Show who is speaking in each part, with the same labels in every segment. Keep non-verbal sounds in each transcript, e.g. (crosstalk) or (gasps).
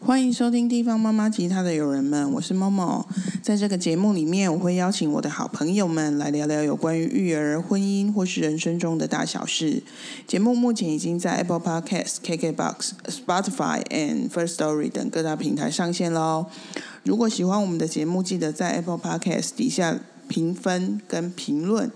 Speaker 1: 欢迎收听地方妈妈吉他的友人们，我是 Momo。在这个节目里面，我会邀请我的好朋友们来聊聊有关于育儿、婚姻或是人生中的大小事。节目目前已经在 Apple Podcast、KKBox、Spotify and First Story 等各大平台上线喽。如果喜欢我们的节目，记得在 Apple Podcast 底下评分跟评论。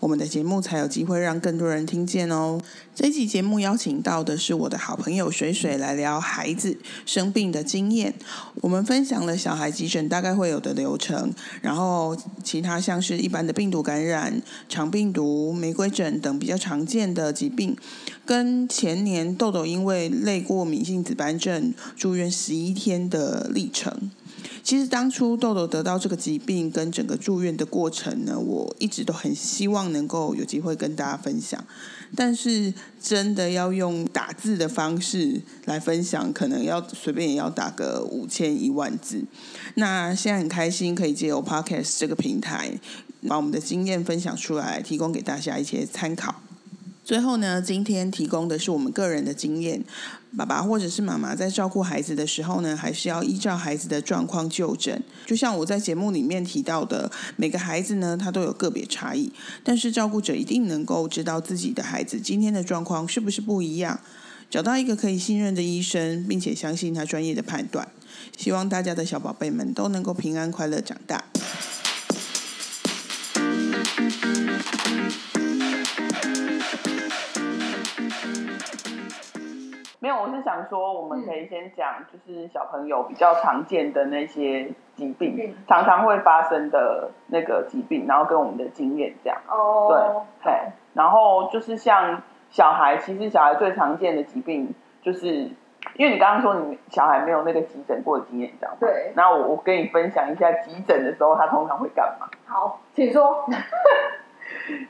Speaker 1: 我们的节目才有机会让更多人听见哦。这期节目邀请到的是我的好朋友水水来聊孩子生病的经验。我们分享了小孩急诊大概会有的流程，然后其他像是一般的病毒感染、肠病毒、玫瑰疹等比较常见的疾病，跟前年豆豆因为类过敏性紫斑症住院十一天的历程。其实当初豆豆得到这个疾病跟整个住院的过程呢，我一直都很希望能够有机会跟大家分享，但是真的要用打字的方式来分享，可能要随便也要打个五千一万字。那现在很开心可以借由 Podcast 这个平台，把我们的经验分享出来，提供给大家一些参考。最后呢，今天提供的是我们个人的经验。爸爸或者是妈妈在照顾孩子的时候呢，还是要依照孩子的状况就诊。就像我在节目里面提到的，每个孩子呢，他都有个别差异，但是照顾者一定能够知道自己的孩子今天的状况是不是不一样，找到一个可以信任的医生，并且相信他专业的判断。希望大家的小宝贝们都能够平安快乐长大。
Speaker 2: 没有，我是想说，我们可以先讲，就是小朋友比较常见的那些疾病，
Speaker 3: 嗯
Speaker 2: 常常会发生的那个疾病，然后跟我们的经验这样。
Speaker 3: 哦，
Speaker 2: 对，嘿然后就是像小孩，其实小孩最常见的疾病，就是因为你刚刚说你小孩没有那个急诊过的经验，你知道吗？
Speaker 3: 对
Speaker 2: 那我我跟你分享一下急诊的时候，他通常会干嘛？
Speaker 3: 好，请说。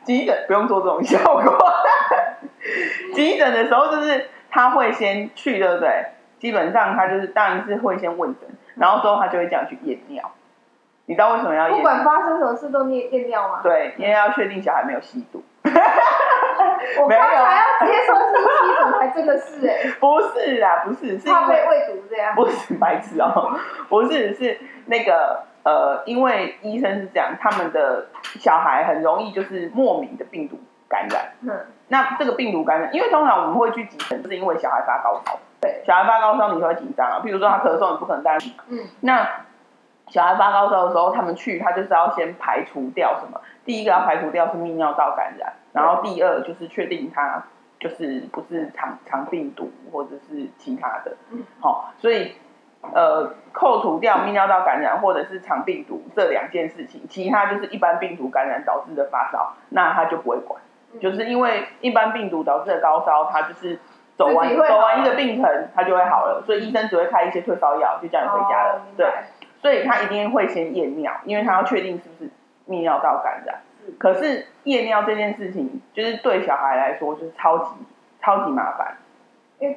Speaker 2: 急诊不用做这种效果。 (laughs) 急诊的时候就是他会先去，对不对？基本上他就是当然是会先问诊，然后之后他就会讲去验尿。你知道为什么要验
Speaker 3: 不
Speaker 2: 尿？
Speaker 3: 管发生什么事都验验尿吗？
Speaker 2: 对，因为要确定小孩没有吸毒。
Speaker 3: 我
Speaker 2: 没有
Speaker 3: 刚才要直接说信息，怎么
Speaker 2: (laughs)
Speaker 3: 还真的是哎、
Speaker 2: 不是啦，不是，是因
Speaker 3: 怕被
Speaker 2: 为
Speaker 3: 喂毒这
Speaker 2: (laughs)
Speaker 3: 样。
Speaker 2: 不是白痴哦、不是是那个呃，因为医生是这样，他们的小孩很容易就是莫名的病毒感染。
Speaker 3: 嗯，
Speaker 2: 那这个病毒感染，因为通常我们会去急诊，就是因为小孩发高烧。
Speaker 3: 对，
Speaker 2: 小孩发高烧你就会紧张啊，譬如说他咳嗽，你不可能带他去。
Speaker 3: 嗯，
Speaker 2: 那小孩发高烧的时候，他们去他就是要先排除掉什么？第一个要排除掉是泌尿道感染，然后第二就是确定他就是不是肠肠病毒或者是其他的
Speaker 3: 嗯，
Speaker 2: 好、所以呃扣除掉泌尿道感染或者是肠病毒这两件事情，其他就是一般病毒感染导致的发烧，那他就不会管，
Speaker 3: 嗯
Speaker 2: 就是因为一般病毒导致的高烧，他就是走完
Speaker 3: 自己会好
Speaker 2: 走完一个病程，他就会好了，所以医生只会开一些退烧药，就叫你回家了，
Speaker 3: 哦明
Speaker 2: 对。
Speaker 3: 白
Speaker 2: 所以他一定会先验尿，因为他要确定是不是泌尿道感染
Speaker 3: 嗯。
Speaker 2: 可是验尿这件事情，就是对小孩来说就是超级超级麻烦。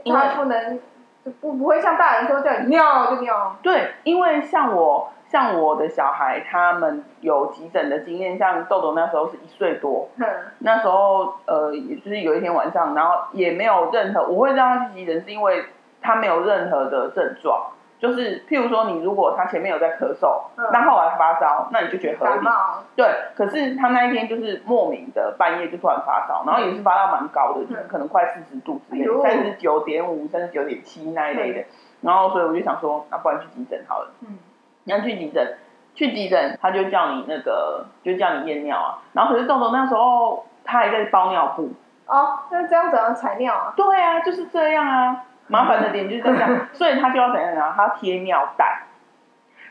Speaker 3: 因为他不能就不不会像大人说叫你尿就尿。
Speaker 2: 对，因为像我像我的小孩，他们有急诊的经验，像豆豆那时候是一岁多，
Speaker 3: 嗯，
Speaker 2: 那时候呃，也就是有一天晚上，然后也没有任何，我会让他去急诊，是因为他没有任何的症状。就是，譬如说，你如果他前面有在咳嗽，
Speaker 3: 嗯
Speaker 2: 那后来发烧，那你就觉得合理
Speaker 3: 感。冒。
Speaker 2: 对，可是他那一天就是莫名的半夜就突然发烧，然后也是发到蛮高的，就是可能快四十度之类
Speaker 3: 嗯哎呦
Speaker 2: 的，三十九点五、三十九点七那一类的。然后所以我就想说，那、不然去急诊好了。
Speaker 3: 嗯，
Speaker 2: 你要去急诊，去急诊他就叫你那个，就叫你验尿啊。然后可是豆豆那时候哦他还在包尿布，
Speaker 3: 哦，那这样怎样才尿啊？
Speaker 2: 对啊，就是这样啊。麻烦的点就是这样，所以他就要怎样呢？他要贴尿袋，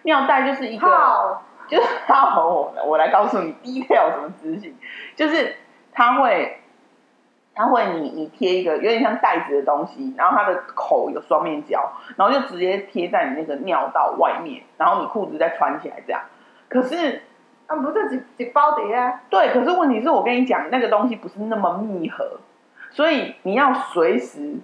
Speaker 2: 尿袋就是一个
Speaker 3: 好，
Speaker 2: 就是他和我我来告诉你 detail 什么资讯，就是他会他会你你贴一个有点像袋子的东西，然后它的口有双面胶，然后就直接贴在你那个尿道外面，然后你裤子再穿起来这样。可是
Speaker 3: 那啊不是几几包啊的呀？
Speaker 2: 对，可是问题是我跟你讲，那个东西不是那么密合，所以你要随时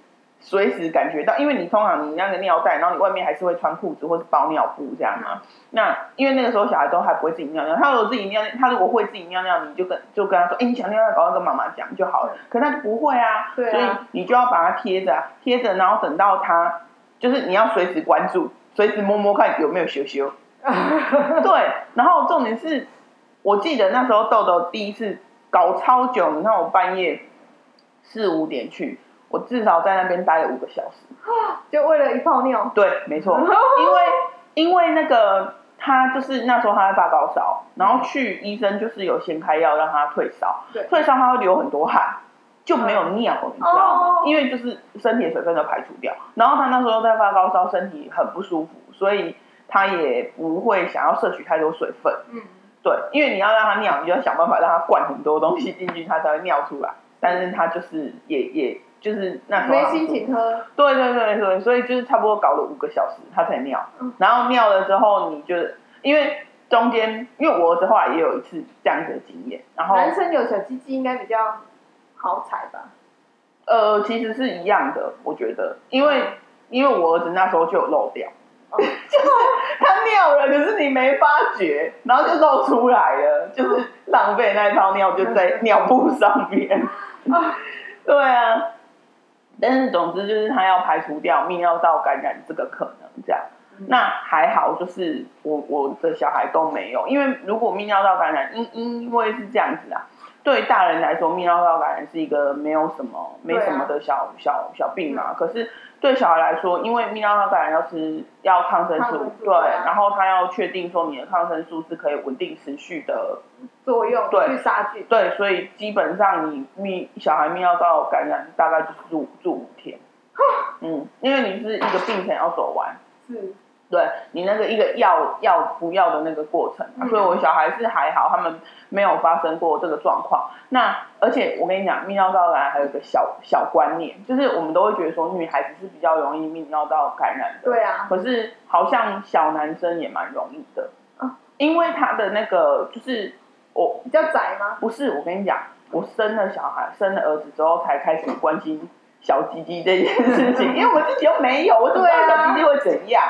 Speaker 2: 随时感觉到，因为你通常你那个尿袋，然后你外面还是会穿裤子或是包尿布这样嘛。那因为那个时候小孩都还不会自己尿尿，他如果自己尿，他如果会自己尿尿，你就跟就跟他说，哎、你想尿尿，赶快跟妈妈讲就好了。可他就不会啊，
Speaker 3: 对啊
Speaker 2: 所以你就要把它贴着啊贴着，然后等到他。就是你要随时关注，随时摸摸看有没有羞羞。 (laughs) 对，然后重点是，我记得那时候豆豆第一次搞超久，你看我半夜四五点去，我至少在那边待了五个小时。
Speaker 3: (laughs) 就为了一泡尿，
Speaker 2: 对，没
Speaker 3: (laughs)
Speaker 2: 错，因为因为那个他就是那时候他在发高烧，然后去医生就是有先开药让他退烧
Speaker 3: 嗯对，嗯
Speaker 2: 退烧他会流很多汗，就没有尿了，你知道吗
Speaker 3: 哦？
Speaker 2: 因为就是身体的水分都排除掉，然后他那时候在发高烧，身体很不舒服，所以他也不会想要摄取太多水分，
Speaker 3: 嗯，
Speaker 2: 对，因为你要让他尿，你就要想办法让他灌很多东西进去，他才会尿出来，但是他就是也也就是那时候
Speaker 3: 没
Speaker 2: 他
Speaker 3: 心
Speaker 2: 不
Speaker 3: 情喝，
Speaker 2: 对对对对，所以就是差不多搞了五个小时，他才尿
Speaker 3: 嗯。
Speaker 2: 然后尿了之后，你就因为中间，因为我儿子后来也有一次这样子的经验，然后
Speaker 3: 男生有小鸡鸡应该比较好踩吧？
Speaker 2: 呃，其实是一样的，我觉得，因为因为我儿子那时候就有漏掉，
Speaker 3: 哦
Speaker 2: 就是他尿了，可是你没发觉，然后就漏出来了，就是浪费那一泡尿就在尿布上面。
Speaker 3: 啊，
Speaker 2: (laughs) 对啊，但是总之就是他要排除掉泌尿道感染这个可能这样
Speaker 3: 嗯。
Speaker 2: 那还好，就是我我的小孩都没有，因为如果泌尿道感染，因因为是这样子啊，对大人来说，泌尿道感染是一个没有什么没
Speaker 3: 啊
Speaker 2: 什么的小、小小病
Speaker 3: 嗯
Speaker 2: 嘛。可是对小孩来说，因为泌尿道感染要吃要抗生
Speaker 3: 抗
Speaker 2: 素
Speaker 3: 生，素
Speaker 2: 对
Speaker 3: 对啊，
Speaker 2: 然后他要确定说你的抗生素是可以稳定持续的
Speaker 3: 作用
Speaker 2: 对
Speaker 3: 去杀菌，
Speaker 2: 对，所以基本上你泌小孩泌尿道感染大概就是住住五
Speaker 3: (laughs)
Speaker 2: 天，嗯，因为你是一个病程要走完，
Speaker 3: 是
Speaker 2: 对你那个一个要要不要的那个过程、啊，
Speaker 3: 嗯
Speaker 2: 所以我小孩是还好，他们没有发生过这个状况。那而且我跟你讲，泌尿道感染还有一个小小观念，就是我们都会觉得说女孩子是比较容易泌尿道感染的，
Speaker 3: 对啊，
Speaker 2: 可是好像小男生也蛮容易的，
Speaker 3: 啊
Speaker 2: 因为他的那个就是我
Speaker 3: 比较窄吗？
Speaker 2: 不是，我跟你讲，我生了小孩，生了儿子之后才开始关心小鸡鸡这件事
Speaker 3: (laughs)
Speaker 2: 情，因为我自己又没有，我怎么知
Speaker 3: 啊
Speaker 2: 道小鸡鸡会怎样？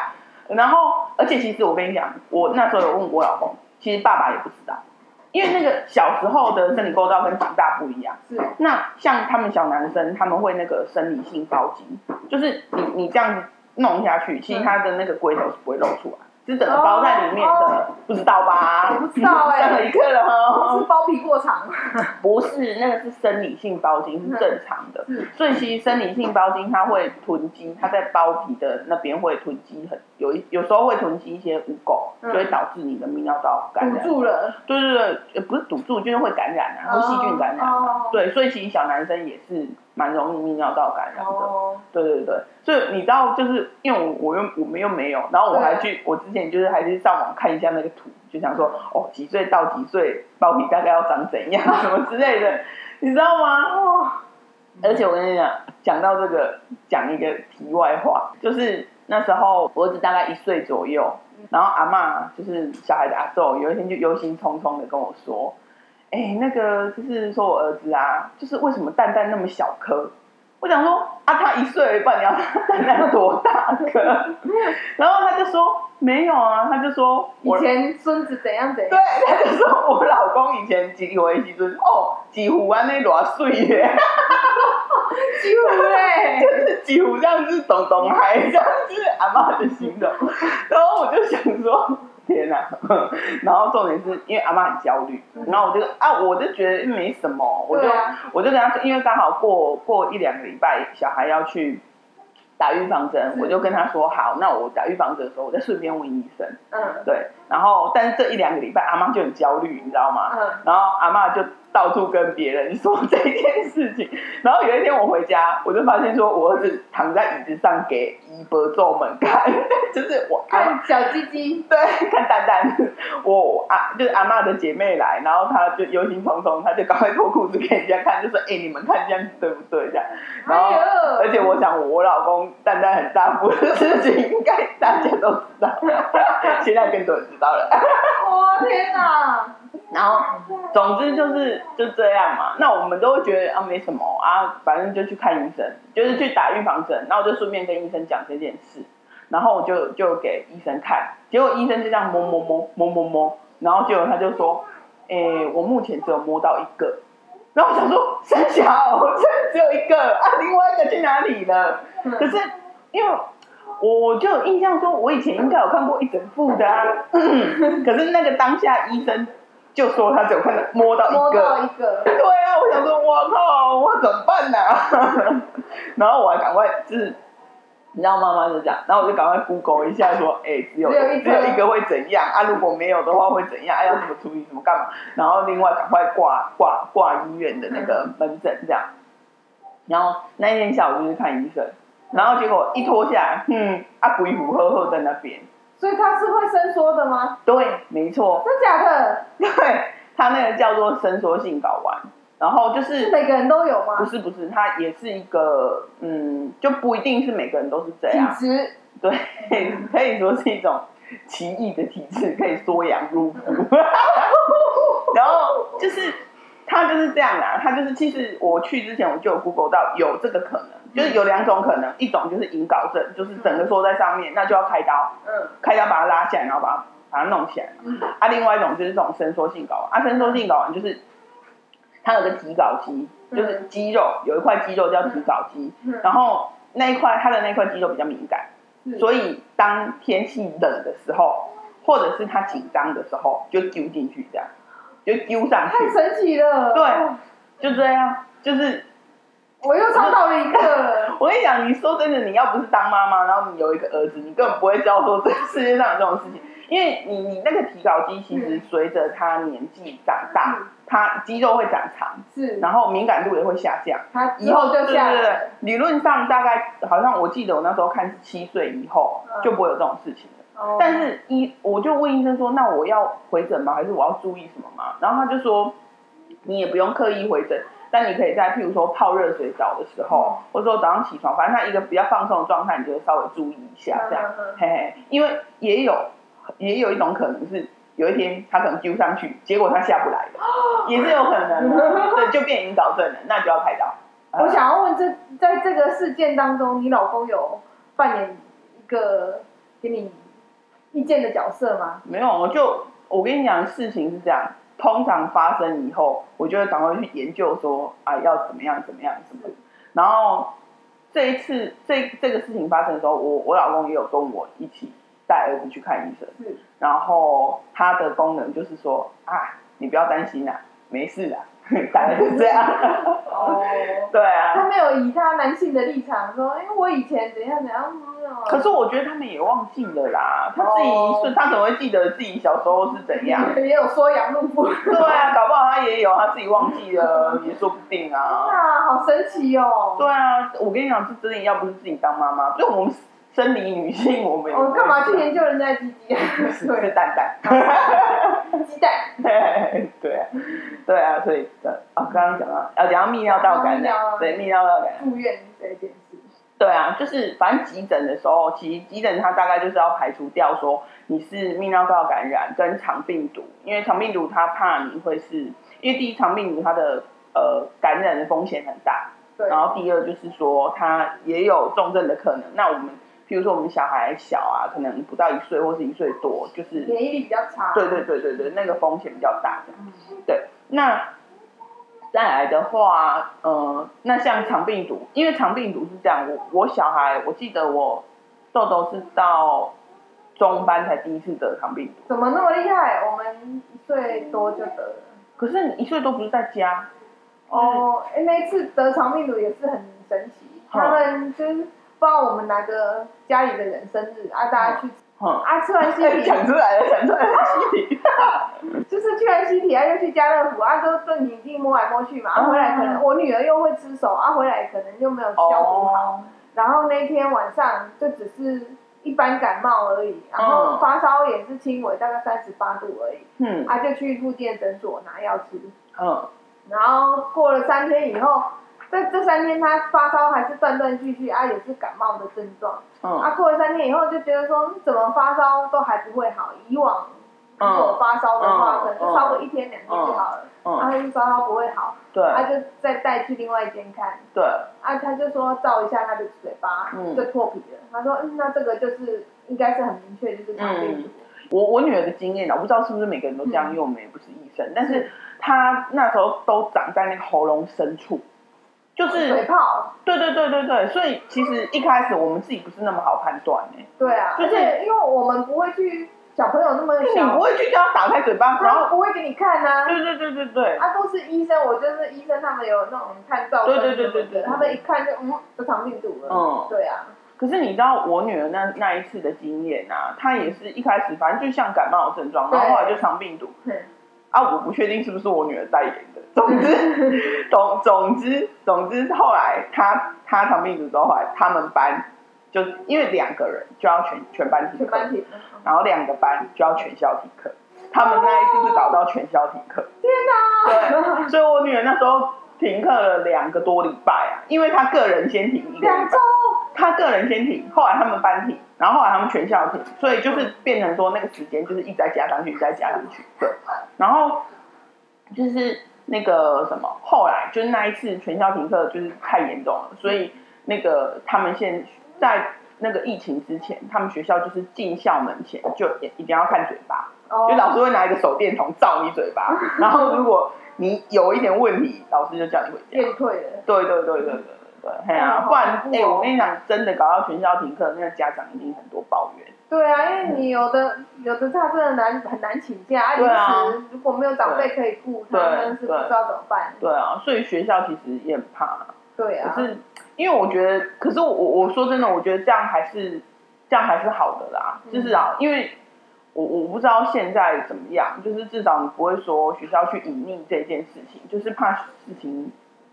Speaker 2: 然后，而且其实我跟你讲，我那时候有问我老公，其实爸爸也不知道，因为那个小时候的生理构造跟长大不一样。
Speaker 3: 是
Speaker 2: 那像他们小男生，他们会那个生理性包茎，就是你你这样弄下去，其实他的那个龟头是不会露出来，是整个包在里面的，
Speaker 3: 哦
Speaker 2: 不知道吧？
Speaker 3: 我不知道
Speaker 2: (laughs)
Speaker 3: 欸
Speaker 2: 上了一课了哦。
Speaker 3: 是包皮过长，
Speaker 2: 不是，那个是生理性包茎，是正常的。
Speaker 3: 是
Speaker 2: 所以其实生理性包茎它会囤积，它在包皮的那边会囤积很有一有时候会囤积一些污垢，
Speaker 3: 嗯
Speaker 2: 就会导致你的泌尿道感
Speaker 3: 堵
Speaker 2: 染。
Speaker 3: 住了，
Speaker 2: 对对对，呃不是堵住，就是会感染啊，会细菌感染。
Speaker 3: 哦，
Speaker 2: 对，所以其实小男生也是蛮容易泌尿道感染的。
Speaker 3: 哦，
Speaker 2: 对对对，所以你知道，就是因为我我又我们又没有，然后我还去，我之前就是还去上网看一下那个图，就想说哦，几岁到几岁包皮大概要长怎样什么之类的，你知道吗？
Speaker 3: 哦，
Speaker 2: 而且我跟你讲，讲到这个，讲一个题外话，就是那时候我儿子大概一岁左右，然后阿妈就是小孩的阿昼，有一天就忧心忡忡的跟我说，哎、那个就是说我儿子啊，就是为什么蛋蛋那么小颗？我想说啊，他一岁半，你要他蛋蛋多大颗？ (laughs) 然后他就说没有啊，他就说
Speaker 3: 以
Speaker 2: 我
Speaker 3: 前孙子怎样怎
Speaker 2: 对 (laughs)
Speaker 3: 样，，
Speaker 2: 他就说我老公以前几回时阵，哦，几乎安尼偌水耶，
Speaker 3: 几乎嘞，
Speaker 2: 就是 (laughs) 几乎这样子懂懂还这样子阿妈的形
Speaker 3: (laughs)
Speaker 2: 容。然后我就想说，天哪、 (laughs) 然后重点是因为阿妈很焦虑，然后我就啊，我就觉得没什么，我就、
Speaker 3: 嗯对啊
Speaker 2: 我就跟他说，因为刚好过过一两个礼拜，小孩要去打预防针，
Speaker 3: 是
Speaker 2: 我就跟他说，好，那我打预防针的时候，我再顺便问医生。
Speaker 3: 嗯
Speaker 2: 对，然后但是这一两个礼拜，阿妈就很焦虑，你知道吗？
Speaker 3: 嗯，
Speaker 2: 然后阿妈就到处跟别人说这件事情。然后有一天我回家，我就发现说我儿子躺在椅子上给姨伯皱们看， (laughs) 就是我阿嬷
Speaker 3: 看小鸡鸡，
Speaker 2: 对看蛋蛋，我啊就是阿妈的姐妹来，然后她就忧心忡忡，她就赶快脱裤子给人家看，就说：“哎、你们看这样子对不对？”这样，然后。
Speaker 3: 哎
Speaker 2: 而
Speaker 3: 呦，
Speaker 2: 且我想，我老公蛋蛋很大幅的事情，应该大家都知道， (laughs) 现在更多人知道了。
Speaker 3: 我天
Speaker 2: (laughs)
Speaker 3: 哪，
Speaker 2: 然后总之就是就这样嘛。那我们都会觉得啊没什么啊，反正就去看医生，就是去打预防针。然后我就顺便跟医生讲这件事，然后我就就给医生看，结果医生就这样摸摸摸摸摸摸，然后结果他就说，诶、我目前只有摸到一个。然后我想说，三小，这只有一个啊，另外一个去哪里了？可是因为我我就有印象说，我以前应该有看过一整副的啊，可是那个当下医生就说他只有看到摸到
Speaker 3: 嗯摸
Speaker 2: 一个
Speaker 3: 到，一个，
Speaker 2: 对啊，我想说，我靠，我怎么办呢、 (laughs) 然后我还赶快就是，你知道妈妈就这样，然后我就赶快 Google 一下说，哎、只有
Speaker 3: 只有一
Speaker 2: 只
Speaker 3: 个
Speaker 2: 有一个会怎样啊？如果没有的话会怎样？哎、要怎么处理？怎么干嘛？然后另外赶快挂挂挂医院的那个门诊这样。然后那一天下午就去看医生，然后结果一脱下来，嗯，啊鬼虎呵呵在那边。
Speaker 3: 所以它是会伸缩的吗？
Speaker 2: 对，没错， (laughs)
Speaker 3: 真假的？
Speaker 2: 对，它那个叫做伸缩性睾丸，然后就是
Speaker 3: 是每个人都有
Speaker 2: 不
Speaker 3: 吗？
Speaker 2: 是不是，它也是一个，嗯，就不一定是每个人都是这
Speaker 3: 体
Speaker 2: 样，
Speaker 3: 质
Speaker 2: 对， (laughs) 可以说是一种奇异的体质，可以缩阳入腹。 (laughs) 然后就是它就是这样啦、它就是其实我去之前我就有 Google 到有这个可能，就是有两种可能，一种就是引睾症，就是整个缩在上面，那就要开刀，
Speaker 3: 嗯
Speaker 2: 开刀把它拉起来，然后把它把它弄起来。
Speaker 3: 嗯
Speaker 2: 啊，另外一种就是这种伸缩性睾丸，啊，伸缩性睾丸就是它有个提睾肌，就是肌肉有一块肌肉叫提睾肌，
Speaker 3: 嗯，
Speaker 2: 然后那一块它的那块肌肉比较敏感，
Speaker 3: 是
Speaker 2: 所以当天气冷的时候，或者是它紧张的时候，就丢进去这样，就丢上
Speaker 3: 太
Speaker 2: 去，
Speaker 3: 神奇了。
Speaker 2: 对就这样，就是
Speaker 3: 我又找到了一个，
Speaker 2: 我跟你讲，你说真的，你要不是当妈妈，然后你有一个儿子，你根本不会知道说这个世界上有这种事情，因为你你那个提睾肌其实随着他年纪长大，
Speaker 3: 嗯
Speaker 2: 他肌肉会长长，
Speaker 3: 是
Speaker 2: 然后敏感度也会下降。
Speaker 3: 它
Speaker 2: 以
Speaker 3: 之
Speaker 2: 后
Speaker 3: 后就下
Speaker 2: 对对对
Speaker 3: 来了。，
Speaker 2: 理论上大概好像我记得我那时候看是七岁以后
Speaker 3: 嗯
Speaker 2: 就不会有这种事情了。
Speaker 3: 哦
Speaker 2: 但是医我就问医生说，那我要回诊吗？还是我要注意什么吗？然后他就说，你也不用刻意回诊，但你可以在譬如说泡热水澡的时
Speaker 3: 嗯
Speaker 2: 候，或者说早上起床，反正他一个比较放松的状态，你就稍微注意一下这样。
Speaker 3: 嗯嗯嗯
Speaker 2: 嘿嘿，因为也有也有一种可能是。有一天他可能丢上去，结果他下不来
Speaker 3: (laughs)
Speaker 2: 了，也是有可能的，对，就变引导症了，那就要开刀。
Speaker 3: 我想要问这，在这个事件当中，你老公有扮演一个给你意见的角色吗？
Speaker 2: 没有，我就我跟你讲，事情是这样，通常发生以后，我就会赶快去研究说啊，要怎么样怎么样什么的。然后这一次这这个事情发生的时候，我我老公也有跟我一起带儿子去看医生，
Speaker 3: 是，
Speaker 2: 然后他的功能就是说啊，你不要担心啦、没事啦， (laughs) 大概是这样。 (laughs)
Speaker 3: 哦，
Speaker 2: 对啊，
Speaker 3: 他没有以他男性的立场说，哎，我以前怎样怎样，嗯
Speaker 2: 可是我觉得他们也忘记了啦，他自己
Speaker 3: 哦
Speaker 2: 是他怎么会记得自己小时候是怎样？
Speaker 3: 也有说羊 (laughs) 入腹，
Speaker 2: 对啊，搞不好他也有，他自己忘记了也说不定啊。
Speaker 3: 啊，好神奇哦！
Speaker 2: 对啊，我跟你讲，这真的要不是自己当妈妈，就我们生理女性，我们也
Speaker 3: 我哦干嘛去研究人家的鸡鸡啊？
Speaker 2: 是个蛋蛋？ (laughs)
Speaker 3: 鸡蛋，
Speaker 2: 对啊，对啊，所以呃，啊，刚刚讲到，啊，讲到泌尿道感
Speaker 3: 泌尿
Speaker 2: 染
Speaker 3: 道，
Speaker 2: 对，泌尿道感染，
Speaker 3: 住院这件事，
Speaker 2: 对啊，就是反正急诊的时候，其实急诊它大概就是要排除掉说你是泌尿道感染跟肠病毒，因为肠病毒它怕你会是，因为第一肠病毒它的呃感染的风险很大，
Speaker 3: 对，
Speaker 2: 然后第二就是说，他也有重症的可能。那我们，譬如说我们小孩小啊，可能不到一岁或是一岁多，就是
Speaker 3: 免疫力比较差，
Speaker 2: 对对对对对，那个风险比较大这样
Speaker 3: 嗯，
Speaker 2: 对，那再来的话，呃，那像肠病毒，因为肠病毒是这样，我我小孩，我记得我豆豆是到中班才第一次得肠病毒，
Speaker 3: 怎么那么厉害？我们一岁多就得了。
Speaker 2: 可是你一岁多不是在家，
Speaker 3: 哦，哎，那一次得肠病毒也是很神奇，他们就是不知道我们哪个家里的人生日啊，大家去
Speaker 2: 哼、
Speaker 3: 啊，吃完
Speaker 2: (laughs)
Speaker 3: 西
Speaker 2: 嗯，
Speaker 3: 饼
Speaker 2: 讲出来了，讲出来了，西体，
Speaker 3: 就是去完西体啊，又去家乐福啊，都都你弟摸来摸去嘛，啊，
Speaker 2: 哦
Speaker 3: 回来可能我女儿又会吃手啊，回来可能就没有消毒好，
Speaker 2: 哦，
Speaker 3: 然后那天晚上就只是一般感冒而已，然后
Speaker 2: 嗯
Speaker 3: 发烧也是轻微，大概三十八度而已，
Speaker 2: 嗯
Speaker 3: 啊，就去附近诊所拿药吃，
Speaker 2: 嗯，
Speaker 3: 然后过了三天以后，这这三天他发烧还是断断续续啊，也是感冒的症状。
Speaker 2: 嗯
Speaker 3: 啊，过了三天以后就觉得说，嗯怎么发烧都还不会好。以往如果发烧的话，
Speaker 2: 嗯
Speaker 3: 可能就烧个一天两天就好了。啊，
Speaker 2: 嗯，
Speaker 3: 他就烧到不会好，
Speaker 2: 对
Speaker 3: 他就再带去另外一间看。
Speaker 2: 对，
Speaker 3: 啊，他就说照一下他的嘴巴，
Speaker 2: 嗯
Speaker 3: 就破皮了。他说，嗯，那这个就是应该是很明确，就是肠病毒。
Speaker 2: 我我女儿的经验啊，我不知道是不是每个人都这样，
Speaker 3: 嗯
Speaker 2: 因为我们也不是医生，但是她那时候都长在那个喉咙深处，就是
Speaker 3: 水泡，
Speaker 2: 哦对对对对对，所以其实一开始我们自己不是那么好判断哎、
Speaker 3: 对啊，
Speaker 2: 就
Speaker 3: 而
Speaker 2: 是
Speaker 3: 且因为我们不会去小朋友那么
Speaker 2: 就是你不
Speaker 3: 小，
Speaker 2: 会去叫他打开嘴巴，然
Speaker 3: 他们
Speaker 2: 后
Speaker 3: 不会给你看呐、啊。
Speaker 2: 对对对对对，
Speaker 3: 啊，都是医生，我就是医生，他们有那种看照片
Speaker 2: 对对对对对
Speaker 3: 什么的他们一看就嗯，得肠病毒了。
Speaker 2: 嗯
Speaker 3: 对啊，
Speaker 2: 可是你知道我女儿那那一次的经验啊，她也是一开始反正就像感冒的症状，然后
Speaker 3: 对
Speaker 2: 后来就肠病毒
Speaker 3: 嗯
Speaker 2: 啊，我不确定是不是我女儿代言的。总之，总总之总之，后来她她肠病毒之后，后来他们班就因为两个人就要全全班停
Speaker 3: 全
Speaker 2: 课
Speaker 3: 班，体。嗯嗯
Speaker 2: 然后两个班就要全校停课，他们那一次是搞到全校停课。
Speaker 3: 天哪！
Speaker 2: 所以我女儿那时候停课了两个多礼拜啊，因为她个人先停一个礼拜
Speaker 3: 两周，
Speaker 2: 他个人先停，后来他们班停，然后后来他们全校停，所以就是变成说那个时间就是一直在加上去，一直在加上去。对，然后就是那个什么，后来就是那一次全校停课就是太严重了，所以那个他们现在那个疫情之前，他们学校就是进校门前就一定要看嘴巴，
Speaker 3: 哦
Speaker 2: 就老师会拿一个手电筒照你嘴巴，然后如果你有一点问题，老师就叫你回家。
Speaker 3: 变退了。
Speaker 2: 对对对对对对，哎呀、
Speaker 3: 嗯
Speaker 2: 不然
Speaker 3: 好恐
Speaker 2: 哎、
Speaker 3: 怖哦
Speaker 2: 我跟你讲，真的搞到全校停课，那个家长一定很多抱怨。
Speaker 3: 对啊，因为你有的有的他真的难很难请假，啊
Speaker 2: 对啊
Speaker 3: 临时如果没有长辈可以顾，他
Speaker 2: 对
Speaker 3: 真的是不
Speaker 2: 对
Speaker 3: 知道怎么办。
Speaker 2: 对啊，所以学校其实也很怕，
Speaker 3: 对啊
Speaker 2: 可，是因为我觉得，可是我我我说真的，我觉得这样还是这样还是好的啦，
Speaker 3: 嗯
Speaker 2: 至少、因为。我我不知道现在怎么样，就是至少你不会说学校去隐匿这件事情，就是怕事情，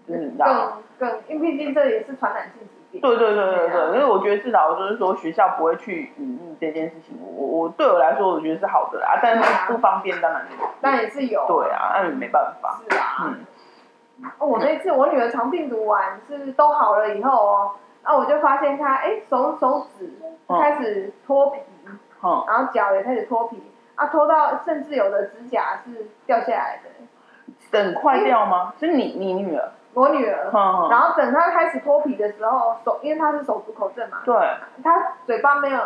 Speaker 2: 就是你知道吗，
Speaker 3: 更更，因为毕竟这也是传染性疾病。
Speaker 2: 对对对对
Speaker 3: 对啊
Speaker 2: 对，因为我觉得至少就是说学校不会去隐匿这件事情，我我对我来说我觉得是好的啦，但
Speaker 3: 对啊
Speaker 2: 是不方便当然
Speaker 3: 但也是有。
Speaker 2: 对啊，那也没办法，
Speaker 3: 是啊。
Speaker 2: 嗯
Speaker 3: 哦我那次我女儿肠病毒完是都好了以后哦，那我就发现她哎、手手指
Speaker 2: 嗯
Speaker 3: 开始脱皮，
Speaker 2: 哼，
Speaker 3: 然后脚也开始脱皮，啊脱到甚至有的指甲是掉下来的。
Speaker 2: 等快掉吗？是你你女儿，
Speaker 3: 我女儿，
Speaker 2: 哼
Speaker 3: 然
Speaker 2: 哼，
Speaker 3: 后等她开始脱皮的时候，手因为她是手足口症嘛，
Speaker 2: 对，
Speaker 3: 她嘴巴没有，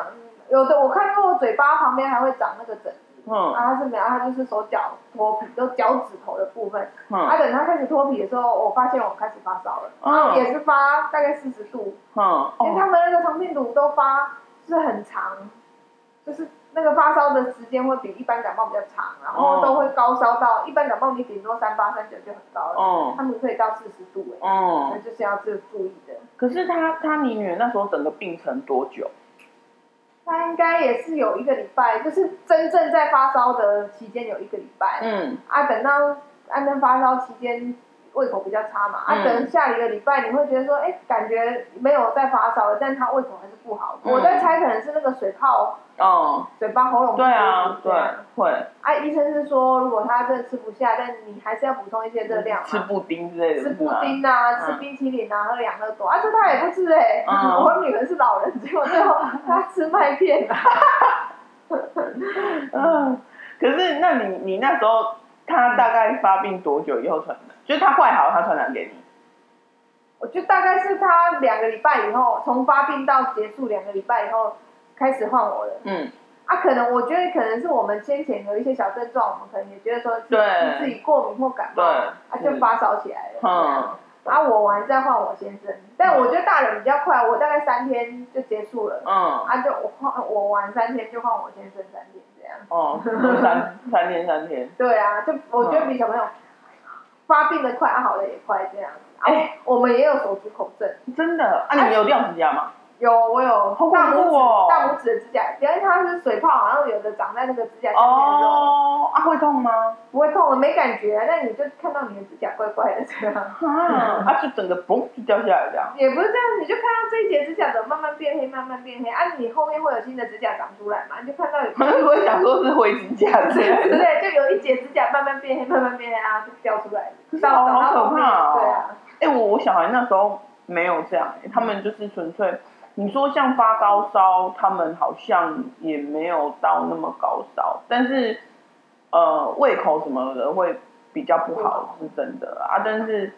Speaker 3: 有的我看过嘴巴旁边还会长那个疹子，
Speaker 2: 嗯
Speaker 3: 啊她是没有，她就是手脚脱皮，都脚趾头的部分。啊
Speaker 2: 哼
Speaker 3: 等她开始脱皮的时候，我发现我开始发烧了，
Speaker 2: 嗯
Speaker 3: 也是发大概四十度，
Speaker 2: 哼，
Speaker 3: 因为他
Speaker 2: 哦，
Speaker 3: 们那个肠病毒都发是很长，就是那个发烧的时间会比一般感冒比较长，然后都会高烧到一般感冒你顶多三八三九就很高了，
Speaker 2: 嗯
Speaker 3: 他们可以到四十度哎、那
Speaker 2: 嗯，
Speaker 3: 就是要这注意的。
Speaker 2: 可是她她你女儿那时候整个病程多久？
Speaker 3: 他应该也是有一个礼拜，就是真正在发烧的期间有一个礼拜，
Speaker 2: 嗯
Speaker 3: 啊，等到安症发烧期间胃口比较差嘛，啊，
Speaker 2: 嗯
Speaker 3: 等下一个礼拜你会觉得说，哎、感觉没有在发烧了，但他胃口还是不好。
Speaker 2: 嗯
Speaker 3: 我在猜可能是那个水泡
Speaker 2: 哦，
Speaker 3: 嘴巴喉咙不舒服
Speaker 2: 对啊
Speaker 3: 这
Speaker 2: 对
Speaker 3: 样
Speaker 2: 会
Speaker 3: 啊，医生是说如果他真的吃不下，但你还是要补充一些热量嘛。
Speaker 2: 嗯吃布丁之类的，
Speaker 3: 吃
Speaker 2: 是
Speaker 3: 布
Speaker 2: 吗
Speaker 3: 丁啊，
Speaker 2: 嗯
Speaker 3: 吃冰淇淋啊，喝两喝多啊，这他也不吃哎、
Speaker 2: 嗯
Speaker 3: (laughs) 我女儿是老人，结果最后她吃麦片 (laughs) 啊。
Speaker 2: 嗯，可是那你你那时候他大概发病多久以后传染？就是他快好，他传染给你。
Speaker 3: 我觉得大概是他两个礼拜以后，从发病到结束两个礼拜以后开始换我了。
Speaker 2: 嗯，
Speaker 3: 啊，可能我觉得可能是我们先前有一些小症状，我们可能也觉得说
Speaker 2: 对
Speaker 3: 是自己过敏或感冒，
Speaker 2: 对
Speaker 3: 啊就发烧起来了。这样
Speaker 2: 嗯
Speaker 3: 啊，我完再换我先生，但我觉得大人比较快，我大概三天就结束了。
Speaker 2: 嗯，
Speaker 3: 啊，就我换我玩三天就换我先生三天这样。
Speaker 2: 哦，三三天三天。
Speaker 3: 对啊，就我觉得比小朋友发病的快，啊好的也快这样。啊
Speaker 2: 哎，
Speaker 3: 我们也有手足口症。
Speaker 2: 真的啊？你们有掉指甲吗？
Speaker 3: 有，我有
Speaker 2: 恐
Speaker 3: 大拇指、
Speaker 2: 怖哦
Speaker 3: 大拇指的指甲，因为它是水泡，好像有的长在那个指甲下面的肉，
Speaker 2: 哦，啊，会痛吗？
Speaker 3: 不会痛，没感觉，但你就看到你的指甲怪怪的
Speaker 2: (laughs)
Speaker 3: 这样，
Speaker 2: 啊，啊，就整个嘣就掉下来这样。 (laughs)
Speaker 3: 也不是这样，你就看到这一节指甲怎么慢慢变黑，慢慢变黑，啊，你后面会有新的指甲长出来嘛，你就看到有，
Speaker 2: 我想说是灰指甲之类的。
Speaker 3: 对，就有一节指甲慢慢变黑，慢慢变黑啊，就掉出来，
Speaker 2: 可是
Speaker 3: 到
Speaker 2: 好
Speaker 3: 长到
Speaker 2: 好可怕哦
Speaker 3: 后面对啊，
Speaker 2: 哎、我我小孩那时候没有这样、他们就是纯粹，你说像发高烧，他们好像也没有到那么高烧，但是呃胃口什么的会比较不好，是真的啊。但是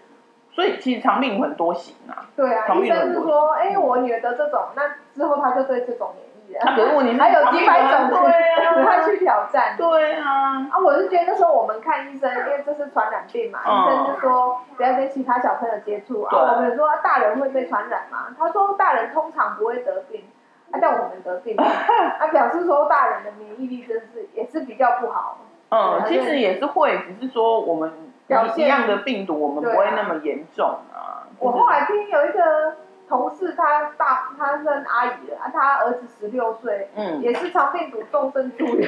Speaker 2: 所以其实肠病很多型啊，
Speaker 3: 对啊，
Speaker 2: 旁
Speaker 3: 医
Speaker 2: 边有
Speaker 3: 生
Speaker 2: 很
Speaker 3: 是
Speaker 2: 多
Speaker 3: 说，哎、我女儿得这种，那之后她就对这种免疫己
Speaker 2: (laughs)
Speaker 3: 了，
Speaker 2: 啊可是问题是
Speaker 3: 还有
Speaker 2: 他没
Speaker 3: 几百
Speaker 2: (laughs)
Speaker 3: 种
Speaker 2: 对
Speaker 3: (laughs) 不
Speaker 2: 啊，
Speaker 3: 要去挑战。
Speaker 2: 对啊，
Speaker 3: 啊，我是觉得那时候我们看医生，因为这是传染病嘛，
Speaker 2: 嗯
Speaker 3: 医生就说不要跟其他小朋友接触
Speaker 2: 对
Speaker 3: 啊。我们说大人会被传染吗？他说大人通常不会得病，啊，但我们得
Speaker 2: (laughs)
Speaker 3: 病了，啊，表示说大人的免疫力真是也是比较不好。
Speaker 2: 嗯，
Speaker 3: 对
Speaker 2: 其实也是会，只是说我们
Speaker 3: 表
Speaker 2: 一
Speaker 3: 现
Speaker 2: 一样的病毒，我们
Speaker 3: 对啊
Speaker 2: 不会那么严重啊。
Speaker 3: 我
Speaker 2: 就是
Speaker 3: 后来听有一个同事，他大他生阿姨了，啊，他儿子十六岁，
Speaker 2: 嗯，
Speaker 3: 也是肠病毒重症住
Speaker 2: (laughs)
Speaker 3: 院，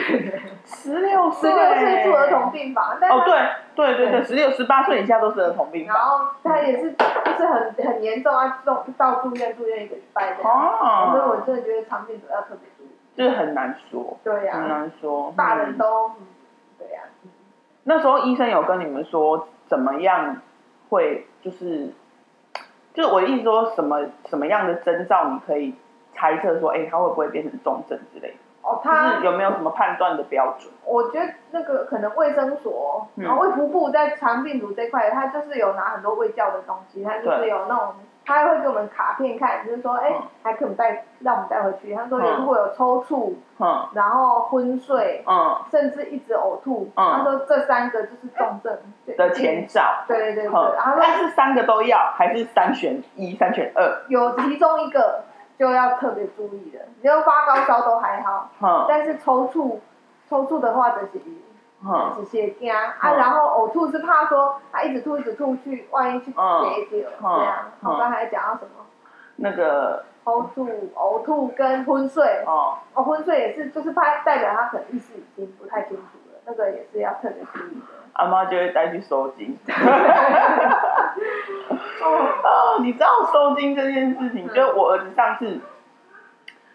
Speaker 2: 十六
Speaker 3: 十
Speaker 2: 岁，
Speaker 3: 六岁住儿童病房，但哦
Speaker 2: 哦，
Speaker 3: 他。
Speaker 2: 对对对对，十六十八岁以下都是儿童病
Speaker 3: 然
Speaker 2: 吧？
Speaker 3: 后他也是，就是很很严重啊，重到住院住院一个礼拜的。所以我
Speaker 2: 哦，
Speaker 3: 真的觉得肠病毒要特别注意。
Speaker 2: 就是很难说，
Speaker 3: 对呀、
Speaker 2: 很难说。
Speaker 3: 大人
Speaker 2: 嗯
Speaker 3: 都、嗯、对呀、
Speaker 2: 那时候医生有跟你们说怎么样会就是，就是我的意思说什么什么样的征兆你可以猜测说，哎，他会不会变成重症之类的？
Speaker 3: 哦，
Speaker 2: 就是
Speaker 3: 他
Speaker 2: 有没有什么判断的标准？
Speaker 3: 我觉得那个可能卫生所，
Speaker 2: 嗯
Speaker 3: 然后卫福部在肠病毒这块，他就是有拿很多卫教的东西，他就是
Speaker 2: 对
Speaker 3: 有那种。他还会给我们卡片看，就是说，哎、
Speaker 2: 嗯
Speaker 3: 还可以带，让我们带回去。他说，
Speaker 2: 嗯
Speaker 3: 如果有抽搐，
Speaker 2: 嗯
Speaker 3: 然后昏睡，
Speaker 2: 嗯
Speaker 3: 甚至一直呕吐，
Speaker 2: 嗯
Speaker 3: 他说这三个就是重症
Speaker 2: 的前。兆。
Speaker 3: 对对对对，
Speaker 2: 嗯
Speaker 3: 然后，他
Speaker 2: 但
Speaker 3: 说
Speaker 2: 是三个都要，还是三选一、三选二？
Speaker 3: 有其中一个就要特别注意了，你要发高烧都还好，
Speaker 2: 哼
Speaker 3: 但是抽搐，抽搐的话就是
Speaker 2: 哼
Speaker 3: 就是些惊啊，
Speaker 2: 嗯
Speaker 3: 然后呕吐是怕说他一直吐一直吐去，万一去结节了，
Speaker 2: 嗯
Speaker 3: 对啊。
Speaker 2: 嗯
Speaker 3: 我刚才讲到什么？
Speaker 2: 那个
Speaker 3: 抽搐、呕吐跟昏睡，
Speaker 2: 哦，
Speaker 3: 哦，昏睡也是，就是怕代表他可能意识已经不太清楚了，那个也是要特别注意的。
Speaker 2: 阿妈就会带去收金。
Speaker 3: (laughs) 哦，
Speaker 2: 哦，你知道收金这件事情，
Speaker 3: 嗯
Speaker 2: 就我儿子上次，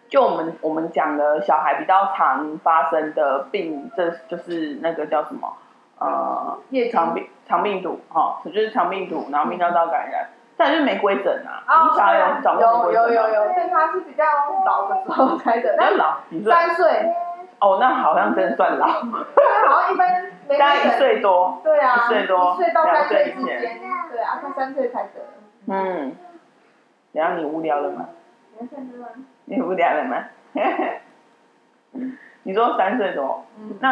Speaker 2: 就我们我们讲的小孩比较常发生的病，这就是那个叫什么呃
Speaker 3: 夜
Speaker 2: 肠
Speaker 3: 经
Speaker 2: 病肠病毒哈、哦，就是肠病毒，然后泌尿道感染，再来就是玫瑰疹啊，
Speaker 3: 哦
Speaker 2: 你小孩有长过玫
Speaker 3: 有
Speaker 2: 瑰
Speaker 3: 有
Speaker 2: 疹
Speaker 3: 有
Speaker 2: 吗？
Speaker 3: 有，但他是比较老的时候才得，
Speaker 2: 比较
Speaker 3: 但
Speaker 2: 老几岁？
Speaker 3: 三岁，
Speaker 2: 哦，那好像真的算老，
Speaker 3: 他好像一般
Speaker 2: (laughs)
Speaker 3: 没
Speaker 2: 大概一
Speaker 3: 人
Speaker 2: 岁多。
Speaker 3: 对啊，
Speaker 2: 一岁多
Speaker 3: 一岁到三岁
Speaker 2: 两
Speaker 3: 之
Speaker 2: 岁
Speaker 3: 间，对啊，他三岁才得。
Speaker 2: 嗯，然后你无聊了吗？嗯
Speaker 3: 两岁多啊
Speaker 2: 你无聊了吗？ (laughs) 你说三岁多，
Speaker 3: 嗯，
Speaker 2: 那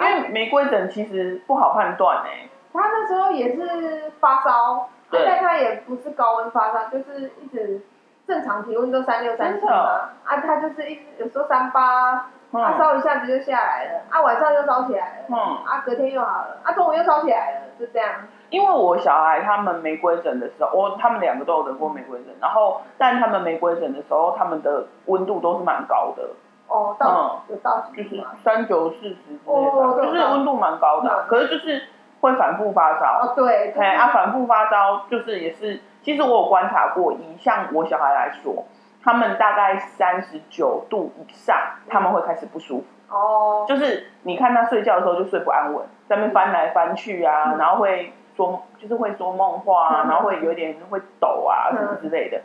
Speaker 2: 因为玫瑰疹其实不好判断哎、
Speaker 3: 他那时候也是发烧，
Speaker 2: 对
Speaker 3: 但他也不是高温发烧，就是一直正常体温都三六三七
Speaker 2: 真的哦
Speaker 3: 嘛，啊，他就是一直有时候三八，啊
Speaker 2: 嗯
Speaker 3: 烧一下子就下来了，啊晚上又烧起来了，
Speaker 2: 嗯，
Speaker 3: 啊隔天又好了，啊中午又烧起来了，就这样。
Speaker 2: 因为我小孩他们玫瑰疹的时候，我他们两个都有得过玫瑰疹，然后但他们玫瑰疹的时候，他们的温度都是蛮高的，
Speaker 3: 哦，到
Speaker 2: 嗯
Speaker 3: 有到
Speaker 2: 就
Speaker 3: 几
Speaker 2: 是 (laughs)
Speaker 3: 度啊？
Speaker 2: 三九四十之类的，
Speaker 3: 哦对
Speaker 2: 就是温度蛮高的啊、
Speaker 3: 嗯
Speaker 2: 可是就是会反复发烧，
Speaker 3: 哦，对，就是
Speaker 2: 哎，啊，反复发烧就是也是，其实我有观察过，以像我小孩来说，他们大概三十九度以上，他们会开始不舒服，
Speaker 3: 哦，
Speaker 2: 就是你看他睡觉的时候就睡不安稳，在那边翻来翻去啊，然后会说就是会说梦话啊，
Speaker 3: 嗯
Speaker 2: 然后会有点会抖啊
Speaker 3: 嗯
Speaker 2: 什么之类的。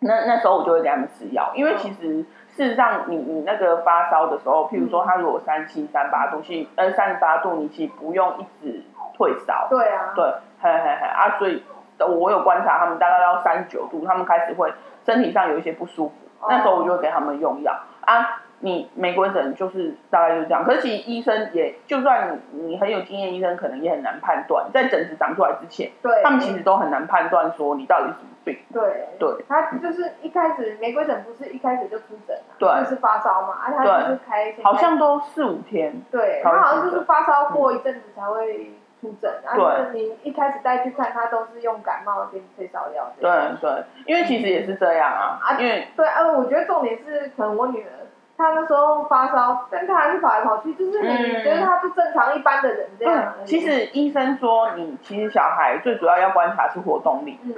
Speaker 2: 那那时候我就会给他们吃药，
Speaker 3: 嗯
Speaker 2: 因为其实事实上你你那个发烧的时候，譬如
Speaker 3: 嗯
Speaker 2: 说他如果三七三八度，其实呃三十八度，你其实不用一直退烧，
Speaker 3: 对啊，
Speaker 2: 对，嘿嘿嘿啊，所以我有观察他们大概到三十九度，他们开始会身体上有一些不舒服，
Speaker 3: 哦
Speaker 2: 那时候我就会给他们用药啊。你玫瑰疹就是大概就是这样，可是其实医生也，就算你很有经验，医生可能也很难判断，在疹子长出来之前，
Speaker 3: 对，
Speaker 2: 他们其实都很难判断说你到底是什么病。
Speaker 3: 对
Speaker 2: 对，
Speaker 3: 他就是一开始玫瑰疹不是一开始就出疹啊，
Speaker 2: 对
Speaker 3: 就是发烧嘛，啊，
Speaker 2: 对
Speaker 3: 他就是开一些
Speaker 2: 好像都四五天，
Speaker 3: 对，
Speaker 2: 才会
Speaker 3: 他好像
Speaker 2: 出
Speaker 3: 就
Speaker 2: 疹
Speaker 3: 是发烧过一阵子才会出疹，然后就是你一开始带去看，他都是用感冒给你退烧药这
Speaker 2: 对
Speaker 3: 样。
Speaker 2: 对，因为其实也是这样啊，
Speaker 3: 啊
Speaker 2: 因为
Speaker 3: 对，啊，我觉得重点是可能我女儿。她那时候发烧，但她还是跑来跑去，就是你
Speaker 2: 嗯
Speaker 3: 觉得她是正常一般的人这样而
Speaker 2: 对，
Speaker 3: 已。
Speaker 2: 嗯其实医生说你其实小孩最主要要观察是活动力，
Speaker 3: 嗯，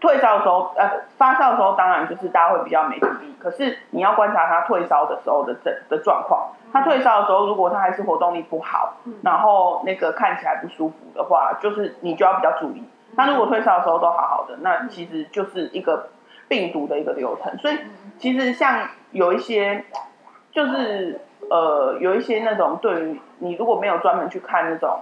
Speaker 2: 退烧的时候，呃，发烧的时候，当然就是大家会比较没注意。可是你要观察他退烧的时候的症的状况。他退烧的时候，如果他还是活动力不好
Speaker 3: 嗯，
Speaker 2: 然后那个看起来不舒服的话，就是你就要比较注意。
Speaker 3: 嗯
Speaker 2: 他如果退烧的时候都好好的，那其实就是一个病毒的一个流程。
Speaker 3: 嗯
Speaker 2: 所以其实像有一些，就是呃，有一些那种对于你如果没有专门去看那种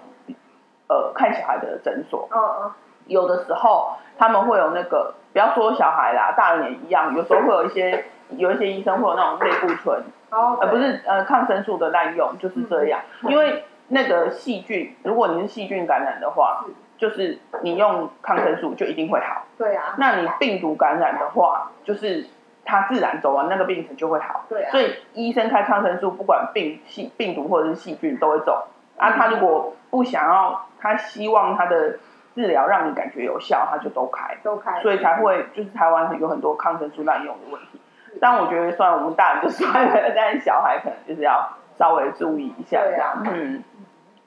Speaker 2: 呃看小孩的诊所，
Speaker 3: 嗯嗯，
Speaker 2: 有的时候他们会有那个，不要说小孩啦，大人也一样，有时候会有一些有一些医生会有那种类固醇，
Speaker 3: 然后
Speaker 2: 呃，不是呃抗生素的滥用，就是这样。
Speaker 3: 嗯
Speaker 2: 因为那个细菌，如果你是细菌感染的话，
Speaker 3: 是
Speaker 2: 就是你用抗生素就一定会好。
Speaker 3: 对啊，
Speaker 2: 那你病毒感染的话，就是它自然走完那个病程就会好。
Speaker 3: 对啊，
Speaker 2: 所以医生开抗生素，不管病细病毒或者是细菌都会走。啊，他如果不想要，他希望他的治疗让你感觉有效，他就都开，
Speaker 3: 都开，
Speaker 2: 所以才会就是台湾有很多抗生素滥用的问题。但我觉得，算我们大人就算了， (laughs) 但是小孩可能就是要稍微注意一下这样，
Speaker 3: 对啊
Speaker 2: 嗯，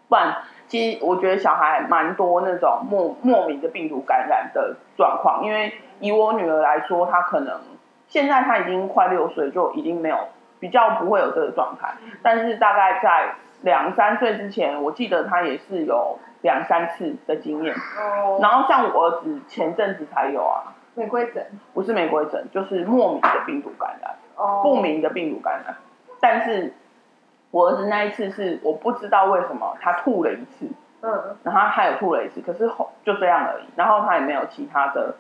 Speaker 2: 不然其实我觉得小孩蛮多那种莫莫名的病毒感染的状况，因为以我女儿来说，她可能现在她已经快六岁，就已经没有比较不会有这个状态，但是大概在两三岁之前，我记得她也是有两三次的经验，
Speaker 3: 哦，
Speaker 2: 然后像我儿子前阵子才有啊，
Speaker 3: 玫瑰疹，
Speaker 2: 不是玫瑰疹，就是莫名的病毒感染。
Speaker 3: 哦，
Speaker 2: 不明的病毒感染，但是我儿子那一次是我不知道为什么他吐了一次，
Speaker 3: 嗯，
Speaker 2: 然后他也吐了一次，可是后就这样而已，然后他也没有其他的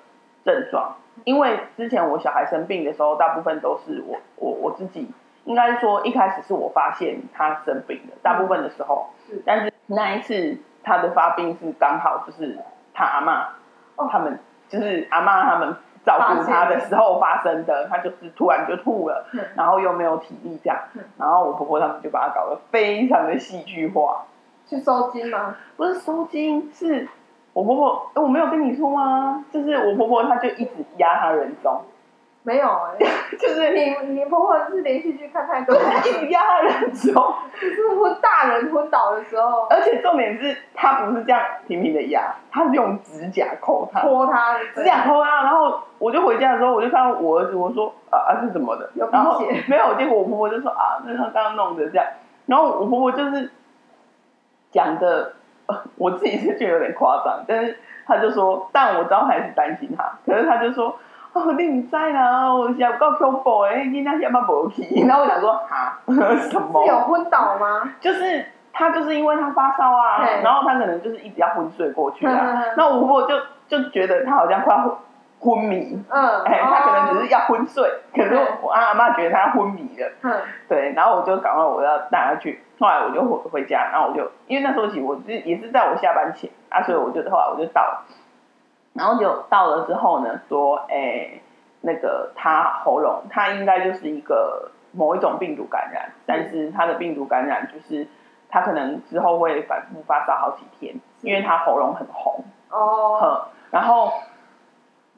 Speaker 2: 症状，因为之前我小孩生病的时候，大部分都是我我我自己，应该说一开始是我发现他生病的，大部分的时候
Speaker 3: 嗯是，
Speaker 2: 但是那一次他的发病是刚好就是他阿妈
Speaker 3: 哦，
Speaker 2: 他们就是阿妈他们照顾他的时候发生的，他就是突然就吐了，
Speaker 3: 嗯
Speaker 2: 然后又没有体力这样
Speaker 3: 嗯，
Speaker 2: 然后我婆婆他们就把它搞得非常的戏剧化，
Speaker 3: 去收金吗？
Speaker 2: 不是收金，是我婆婆，哎诶我没有跟你说吗？就是我婆婆她就一直压她人中，
Speaker 3: 没有哎、
Speaker 2: 就是
Speaker 3: 你你婆婆是连续剧看太多了，
Speaker 2: 一直压她人中，
Speaker 3: 就是昏大人昏倒的时候
Speaker 2: 而且重点是她不是这样平平的压，她是用指甲抠她。
Speaker 3: 拖她，
Speaker 2: 指甲抠她，啊然后我就回家的时候，我就看到我儿子，我说啊啊是怎么的
Speaker 3: 有？鼻
Speaker 2: 然后
Speaker 3: 血
Speaker 2: 没有，结果我婆婆就说啊，那是他刚刚弄的这样。然后我婆婆就是讲的，呃 (laughs) 我自己是觉得有点夸张，但是她就说，但我知道她也是担心她，可是她就说。哦，你唔知啦，我想够恐怖诶，囡仔现在无去。 (laughs) 然后我想说，哈，什么？
Speaker 3: 是有昏倒吗？
Speaker 2: 就是他就是因为他发烧啊
Speaker 3: 对，
Speaker 2: 然后他可能就是一直要昏睡过去
Speaker 3: 嗯嗯嗯
Speaker 2: 啊。那我婆婆就就觉得他好像快要昏迷，
Speaker 3: 嗯，
Speaker 2: 哎、他可能只是要昏睡，可是
Speaker 3: 嗯
Speaker 2: 我阿阿妈觉得他要昏迷了，
Speaker 3: 哦，
Speaker 2: 对，然后我就赶快我要带他去，后来我就回回家，然后我就因为那时候起我就是也是在我下班前啊，所以我就后来我就到了，然后就到了之后呢，说哎、那个他喉咙他应该就是一个某一种病毒感染，但是他的病毒感染就是他可能之后会反复发烧好几天，因为他喉咙很红，
Speaker 3: 嗯，哦，
Speaker 2: 嗯，然后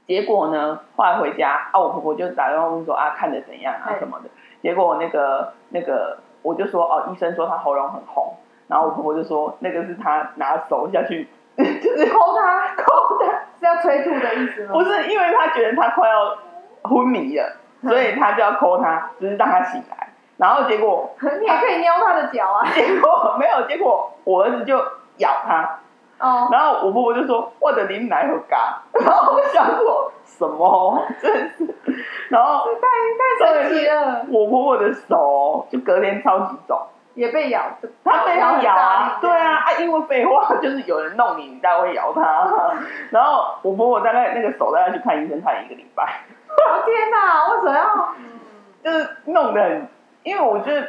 Speaker 2: 结果呢，后来回家啊，我婆婆就打电话问说啊，看的怎样啊
Speaker 3: 嗯
Speaker 2: 什么的。结果那个那个，我就说哦，医生说她喉咙很红，然后我婆婆就说那个是她拿手下去， (laughs) 就是
Speaker 3: 抠她
Speaker 2: 抠的，
Speaker 3: 是要催吐的意思吗？
Speaker 2: 不是因为她觉得她快要昏迷了，所以她就要抠她，就是让她醒来。然后结果
Speaker 3: 你也可以撩她的脚啊，
Speaker 2: 结果没有，结果我儿子就咬她，
Speaker 3: 哦，
Speaker 2: 然后我婆婆就说：“我的林奶有嘎。”然后我想说什么，真是。然后
Speaker 3: 太太神奇了，
Speaker 2: 我婆婆的手就隔天超级肿，
Speaker 3: 也被咬，
Speaker 2: 她被它咬啊，对啊，
Speaker 3: 哦大力，
Speaker 2: 啊，因为废话就是有人弄你，你才会咬它。然后我婆婆大概那个手大概去看医生看一个礼拜，
Speaker 3: 我天哪，为什么要？
Speaker 2: 就是弄得很，因为我觉得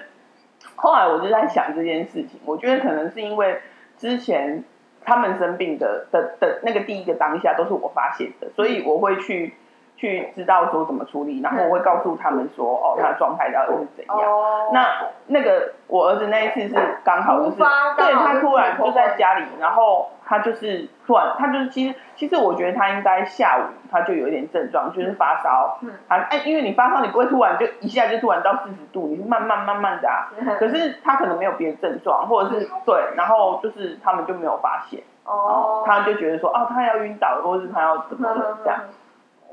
Speaker 2: 后来我就在想这件事情，我觉得可能是因为之前他们生病的的的那个第一个当下都是我发现的，所以我会去去知道说怎么处理，然后我会告诉他们说哦，他的状态到底是怎样。
Speaker 3: 哦，
Speaker 2: 那那个我儿子那一次是刚好就是，
Speaker 3: 突发
Speaker 2: 对
Speaker 3: 刚好
Speaker 2: 他
Speaker 3: 就是
Speaker 2: 突然
Speaker 3: 突发
Speaker 2: 就在家里，然后他就是突然他就是其实其实我觉得他应该下午他就有一点症状，就是发烧，
Speaker 3: 嗯
Speaker 2: 他哎因为你发烧你不会突然就一下就突然到四十度，你是慢慢慢慢的啊，可是他可能没有别的症状，或者是对，然后就是他们就没有发现，
Speaker 3: 哦，嗯
Speaker 2: 他就觉得说哦他要晕倒了，或者是他要怎么了这样，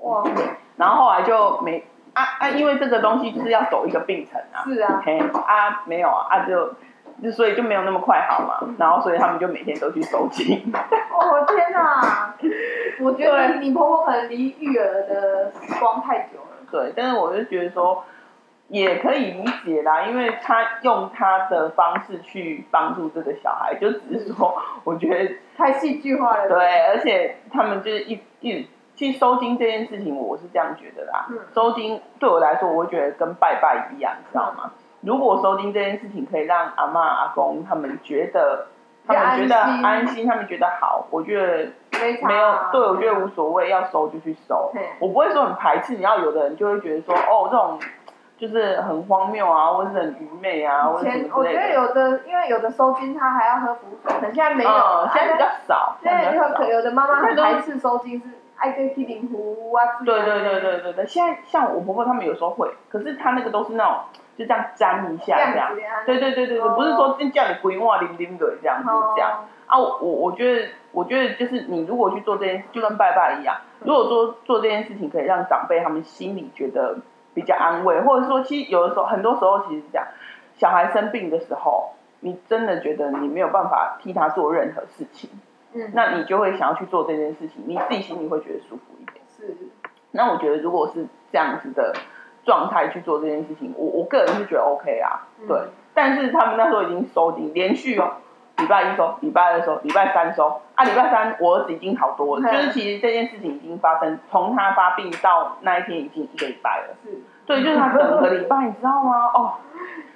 Speaker 3: 哇，
Speaker 2: 然后后来就没啊啊，因为这个东西就是要走一个病程啊，
Speaker 3: 是啊，
Speaker 2: 嘿啊没有啊啊就就所以就没有那么快好嘛，然后所以他们就每天都去收金，
Speaker 3: 哦天哪！我觉得
Speaker 2: 对
Speaker 3: 你婆婆可能离育儿的时光太久了。
Speaker 2: 对，但是我就觉得说也可以理解啦，因为他用他的方式去帮助这个小孩，就只是说我觉得
Speaker 3: 太戏剧化了。
Speaker 2: 对，而且他们就是一一直其实收金这件事情，我是这样觉得啦。
Speaker 3: 嗯
Speaker 2: 收金对我来说，我会觉得跟拜拜一样，你知道吗？如果收金这件事情可以让阿妈、阿公他们觉得，他们觉得
Speaker 3: 比较安心
Speaker 2: 安心，他们觉得好，我觉得
Speaker 3: 没
Speaker 2: 没有，对我觉得
Speaker 3: 无。
Speaker 2: 无所谓，要收就去收
Speaker 3: 对。
Speaker 2: 我不会说很排斥，你要有的人就会觉得说，哦，这种就是很荒谬啊，或者是很愚昧啊，或
Speaker 3: 以
Speaker 2: 者什么
Speaker 3: 前
Speaker 2: 之
Speaker 3: 我觉
Speaker 2: 类
Speaker 3: 得
Speaker 2: 的。
Speaker 3: 有的，因为有的收金他还要喝补水，可现在没有
Speaker 2: 嗯
Speaker 3: 了，，
Speaker 2: 现在比较少，现在
Speaker 3: 现
Speaker 2: 比
Speaker 3: 在
Speaker 2: 较
Speaker 3: 有
Speaker 2: 少
Speaker 3: 可。有的妈妈
Speaker 2: 现在都
Speaker 3: 排斥收金是爱跟七零湖啊，自己
Speaker 2: 对对对对对对，现在像我婆婆他们有时候会，可是她那个都是那种就这样沾一
Speaker 3: 这
Speaker 2: 下这
Speaker 3: 样
Speaker 2: 样
Speaker 3: 子。啊，
Speaker 2: 对对对对对，
Speaker 3: 哦
Speaker 2: 不是说真叫你规划零零的这样子
Speaker 3: 哦
Speaker 2: 这样。啊，我我觉得，我觉得就是你如果去做这件事，就跟拜拜一样，如果说做这件事情可以让长辈他们心里觉得比较安慰，或者说其实有的时候，很多时候其实这样，小孩生病的时候，你真的觉得你没有办法替他做任何事情，
Speaker 3: 嗯，
Speaker 2: 那你就会想要去做这件事情，你自己心里会觉得舒服一点。
Speaker 3: 是
Speaker 2: 那我觉得如果是这样子的状态去做这件事情，我我个人是觉得 OK 啊，
Speaker 3: 嗯
Speaker 2: 对。但是他们那时候已经收紧，连续哦，礼拜一收，礼拜二收，礼拜三收啊，礼拜三我儿子已经好多了，
Speaker 3: 嗯
Speaker 2: 就是其实这件事情已经发生，从他发病到那一天已经一个礼拜了，
Speaker 3: 是，
Speaker 2: 对，就是他整个礼拜，你知道吗？哦，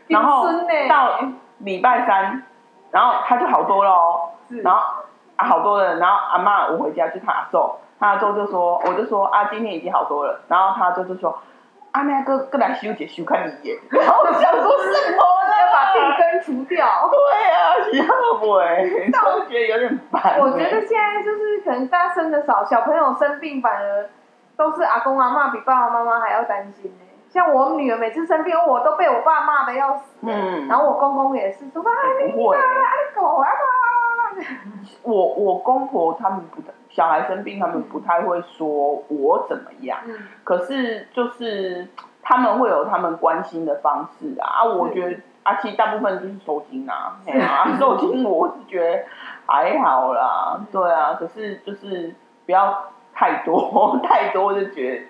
Speaker 2: 然后
Speaker 3: 金孙呢
Speaker 2: 到礼拜三，然后他就好多了哦。
Speaker 3: 是
Speaker 2: 然后、啊、好多人，然后阿妈我回家就他阿昼，他阿昼就说，我就说啊，今天已经好多了，然后他阿昼就说，啊阿妹哥哥来修姐修看你耶， (laughs) 然后我想说什么 (laughs) 呢？
Speaker 3: 要把病根除掉。
Speaker 2: 对啊，想不哎，但 (laughs) 我觉得有点烦。欸
Speaker 3: 我觉得现在就是可能大家生的少，小朋友生病反而都是阿公阿妈比爸爸妈妈还要担心呢、像我女儿每次生病，哦我都被我爸骂的要死。欸
Speaker 2: 嗯
Speaker 3: 然后我公公也是说啊，你
Speaker 2: 不会
Speaker 3: 啊，你狗啊，啊啊啊啊
Speaker 2: 我我公婆他们不太，小孩生病他们不太会说我怎么样。
Speaker 3: 嗯，
Speaker 2: 可是就是他们会有他们关心的方式啊，啊，我觉得啊，其实大部分就是收金啊，哎呀、啊，收金我是觉得还好啦，对啊，可是就是不要太多， (laughs) 太多就觉得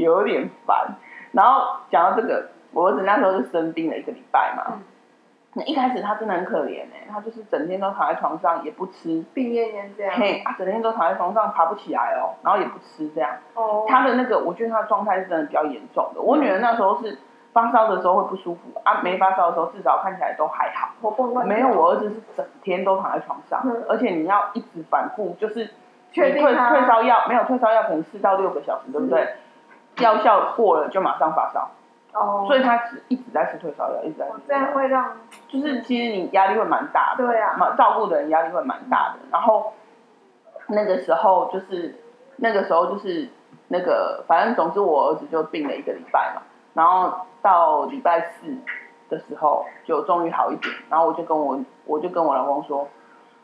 Speaker 2: 有点烦。然后讲到这个，我儿子那时候就生病了一个礼拜嘛
Speaker 3: 嗯，
Speaker 2: 那一开始他真的很可怜哎、他就是整天都躺在床上也不吃，
Speaker 3: 病恹恹这样。
Speaker 2: 嘿，啊，整天都躺在床上爬不起来哦，然后也不吃这样。
Speaker 3: 哦，
Speaker 2: 他的那个，我觉得他的状态是真的比较严重的。我女儿那时候是发烧的时候会不舒服啊，没发烧的时候至少看起来都还好。
Speaker 3: 活蹦乱跳
Speaker 2: 没有，我儿子是整天都躺在床上，
Speaker 3: 嗯
Speaker 2: 而且你要一直反复，就是
Speaker 3: 确
Speaker 2: 你
Speaker 3: 定
Speaker 2: 退
Speaker 3: 他
Speaker 2: 退烧药没有退烧药，可能四到六个小时，对不对？药效过了就马上发烧，
Speaker 3: 哦，
Speaker 2: 所以他只一直在吃退烧药，一直在吃
Speaker 3: 我这
Speaker 2: 退烧药
Speaker 3: 样。会让
Speaker 2: 就是其实你压力会蛮大的，
Speaker 3: 对啊
Speaker 2: 嘛照顾的人压力会蛮大的。然后那个时候就是那个时候就是那个，反正总之我儿子就病了一个礼拜嘛，然后到礼拜四的时候就终于好一点，然后我就跟我我就跟我老公说，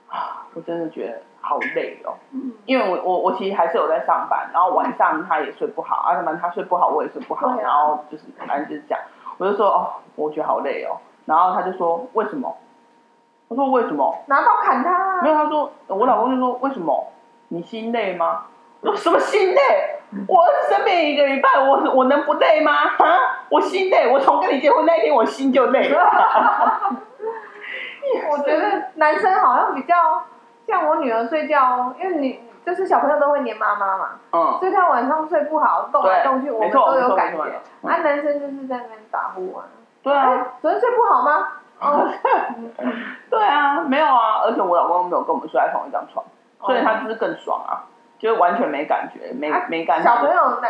Speaker 2: 啊，我真的觉得好累哦，
Speaker 3: 嗯
Speaker 2: 因为我我我其实还是有在上班，然后晚上他也睡不好，啊，他们他睡不好，我也睡不好，
Speaker 3: 对啊
Speaker 2: 然后就是反正就是这样，我就说哦，我觉得好累哦，然后他就说为什么？我说为什么？
Speaker 3: 拿刀砍他
Speaker 2: 没
Speaker 3: 啊，
Speaker 2: 有，他说我老公就说为什么？你心累吗？我说什么心累？我儿子生病一个礼拜，我我能不累吗？啊，我心累，我从跟你结婚那一天我心就累 (laughs) 了。
Speaker 3: 我觉得男生好像比较像我女儿睡觉，哦因为女就是小朋友都会黏妈妈嘛，
Speaker 2: 嗯，
Speaker 3: 所以他晚上睡不好，动来动去，我
Speaker 2: 没
Speaker 3: 们
Speaker 2: 错
Speaker 3: 都有感
Speaker 2: 没错没错
Speaker 3: 觉。
Speaker 2: 嗯
Speaker 3: 啊，男生就是在那边打呼啊。
Speaker 2: 对
Speaker 3: 哎、
Speaker 2: 啊，
Speaker 3: 昨天睡不
Speaker 2: (laughs)
Speaker 3: 好吗？哦，
Speaker 2: 对啊，没有啊，而且我老公没有跟我们睡在同一张床，所以他就是更爽啊，就是完全没感觉，没
Speaker 3: 啊
Speaker 2: 没感觉。
Speaker 3: 小朋友那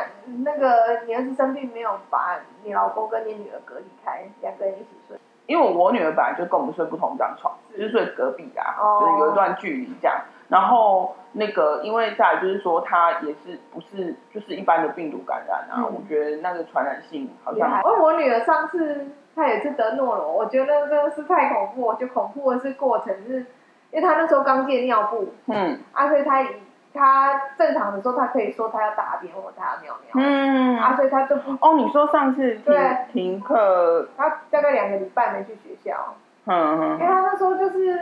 Speaker 3: 那个你儿子生病没有把你老公跟你女儿隔离开，两个人一起睡。
Speaker 2: 因为我女儿本来就跟我们睡不同张床，就是睡隔壁啊，
Speaker 3: 哦
Speaker 2: 就是有一段距离这样。然后那个，因为再来就是说，她也是不是就是一般的病毒感染啊？
Speaker 3: 嗯
Speaker 2: 我觉得那个传染性好
Speaker 3: 厉害！
Speaker 2: 像
Speaker 3: 因哎为我女儿上次她也是得诺罗，我觉得真的是太恐怖。我觉得恐怖的是过程是，因为她那时候刚戒尿布，
Speaker 2: 嗯
Speaker 3: 啊，所以她以她正常的时候，她可以说她要大便或她要尿尿，
Speaker 2: 嗯
Speaker 3: 啊，所以她就不，
Speaker 2: 哦，你说上次停
Speaker 3: 对
Speaker 2: 停课，
Speaker 3: 她大概两个礼拜没去学校。
Speaker 2: 嗯
Speaker 3: 因为
Speaker 2: 嗯
Speaker 3: 他那时候就是，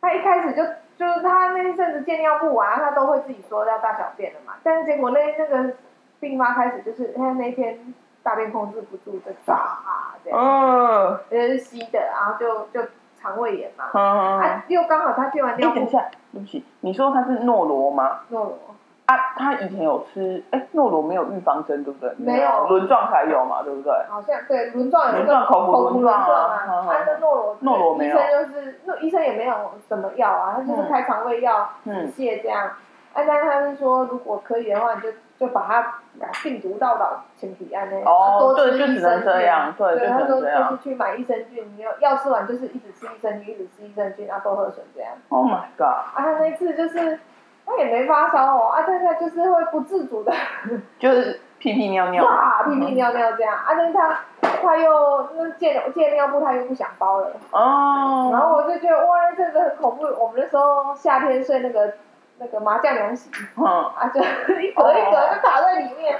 Speaker 3: 他一开始就就是他那一阵子戒尿布啊，他都会自己说要大小便的嘛。但是结果那那个病发开始就是他那天大便控制不住就炸啊这样，
Speaker 2: 哦，
Speaker 3: 就是稀的，然后就就肠胃炎嘛。啊
Speaker 2: 嗯嗯嗯。
Speaker 3: 啊，又刚好他戒完
Speaker 2: 哎，
Speaker 3: 尿
Speaker 2: 等一
Speaker 3: 布，
Speaker 2: 下，对不起，你说她是诺罗吗？
Speaker 3: 诺罗，
Speaker 2: 他他以前有吃，哎，诺罗没有预防针，对不对？
Speaker 3: 没有
Speaker 2: 轮状才有嘛，对不对？
Speaker 3: 好像对轮状有一
Speaker 2: 轮
Speaker 3: 个
Speaker 2: 状口服
Speaker 3: 口服
Speaker 2: 轮
Speaker 3: 轮
Speaker 2: 状
Speaker 3: 状
Speaker 2: 啊
Speaker 3: 啊，
Speaker 2: 嗯
Speaker 3: 按照诺罗
Speaker 2: 诺罗没
Speaker 3: 医
Speaker 2: 有
Speaker 3: 生就是那医生也没有什么药啊，他就是
Speaker 2: 嗯
Speaker 3: 开肠胃药、止
Speaker 2: 嗯
Speaker 3: 泻这样。啊，但是他是说，如果可以的话，你就就把它把病毒倒到前提案内，
Speaker 2: 哦
Speaker 3: 多吃
Speaker 2: 对就只
Speaker 3: 益生
Speaker 2: 能这
Speaker 3: 菌
Speaker 2: 样对
Speaker 3: 对，
Speaker 2: 就
Speaker 3: 他
Speaker 2: 只能
Speaker 3: 说
Speaker 2: 这样
Speaker 3: 就是去买益生菌，你要药吃完就是一直吃益生菌，一直吃益生菌，然后多喝水这样。
Speaker 2: Oh my god！
Speaker 3: 啊，他那次就是他也没发烧哦，啊，但是他就是会不自主的
Speaker 2: 就是屁屁尿尿，
Speaker 3: 哇屁屁尿尿这样，啊，但是他他又那借借尿布他又不想包了，
Speaker 2: 哦，
Speaker 3: 然后我就觉得哇，这个很恐怖。我们那时候夏天睡那个那个麻将凉席
Speaker 2: 嗯，
Speaker 3: 啊，
Speaker 2: (laughs)
Speaker 3: 就一格一
Speaker 2: 哦
Speaker 3: 格就卡在里面。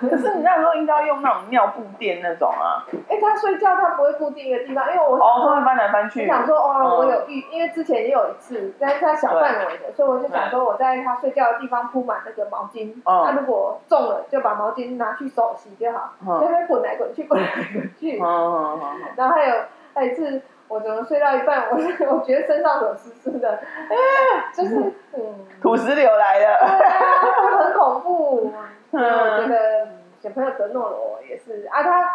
Speaker 2: 可是你那时候应该要用那种尿布垫那种啊，
Speaker 3: 哎，他睡觉他不会固定一个地方，因为我
Speaker 2: 哦，它会
Speaker 3: 想
Speaker 2: 翻来翻
Speaker 3: 说，
Speaker 2: 去，
Speaker 3: 想说哦，
Speaker 2: 嗯
Speaker 3: 我有预，因为之前也有一次，但是他小范围的，所以我就想说我在他睡觉的地方铺满那个毛巾，
Speaker 2: 嗯
Speaker 3: 他如果中了就把毛巾拿去手洗就好，在
Speaker 2: 嗯
Speaker 3: 那边滚来滚去，滚来滚去
Speaker 2: 嗯。嗯嗯嗯，
Speaker 3: 然后还有还有一次，我怎么睡到一半，我我觉得身上有湿湿的，啊就是嗯，
Speaker 2: 土石流来了，
Speaker 3: 对啊，就很恐怖。所以我觉
Speaker 2: 嗯
Speaker 3: 得小朋友得诺罗也是啊，他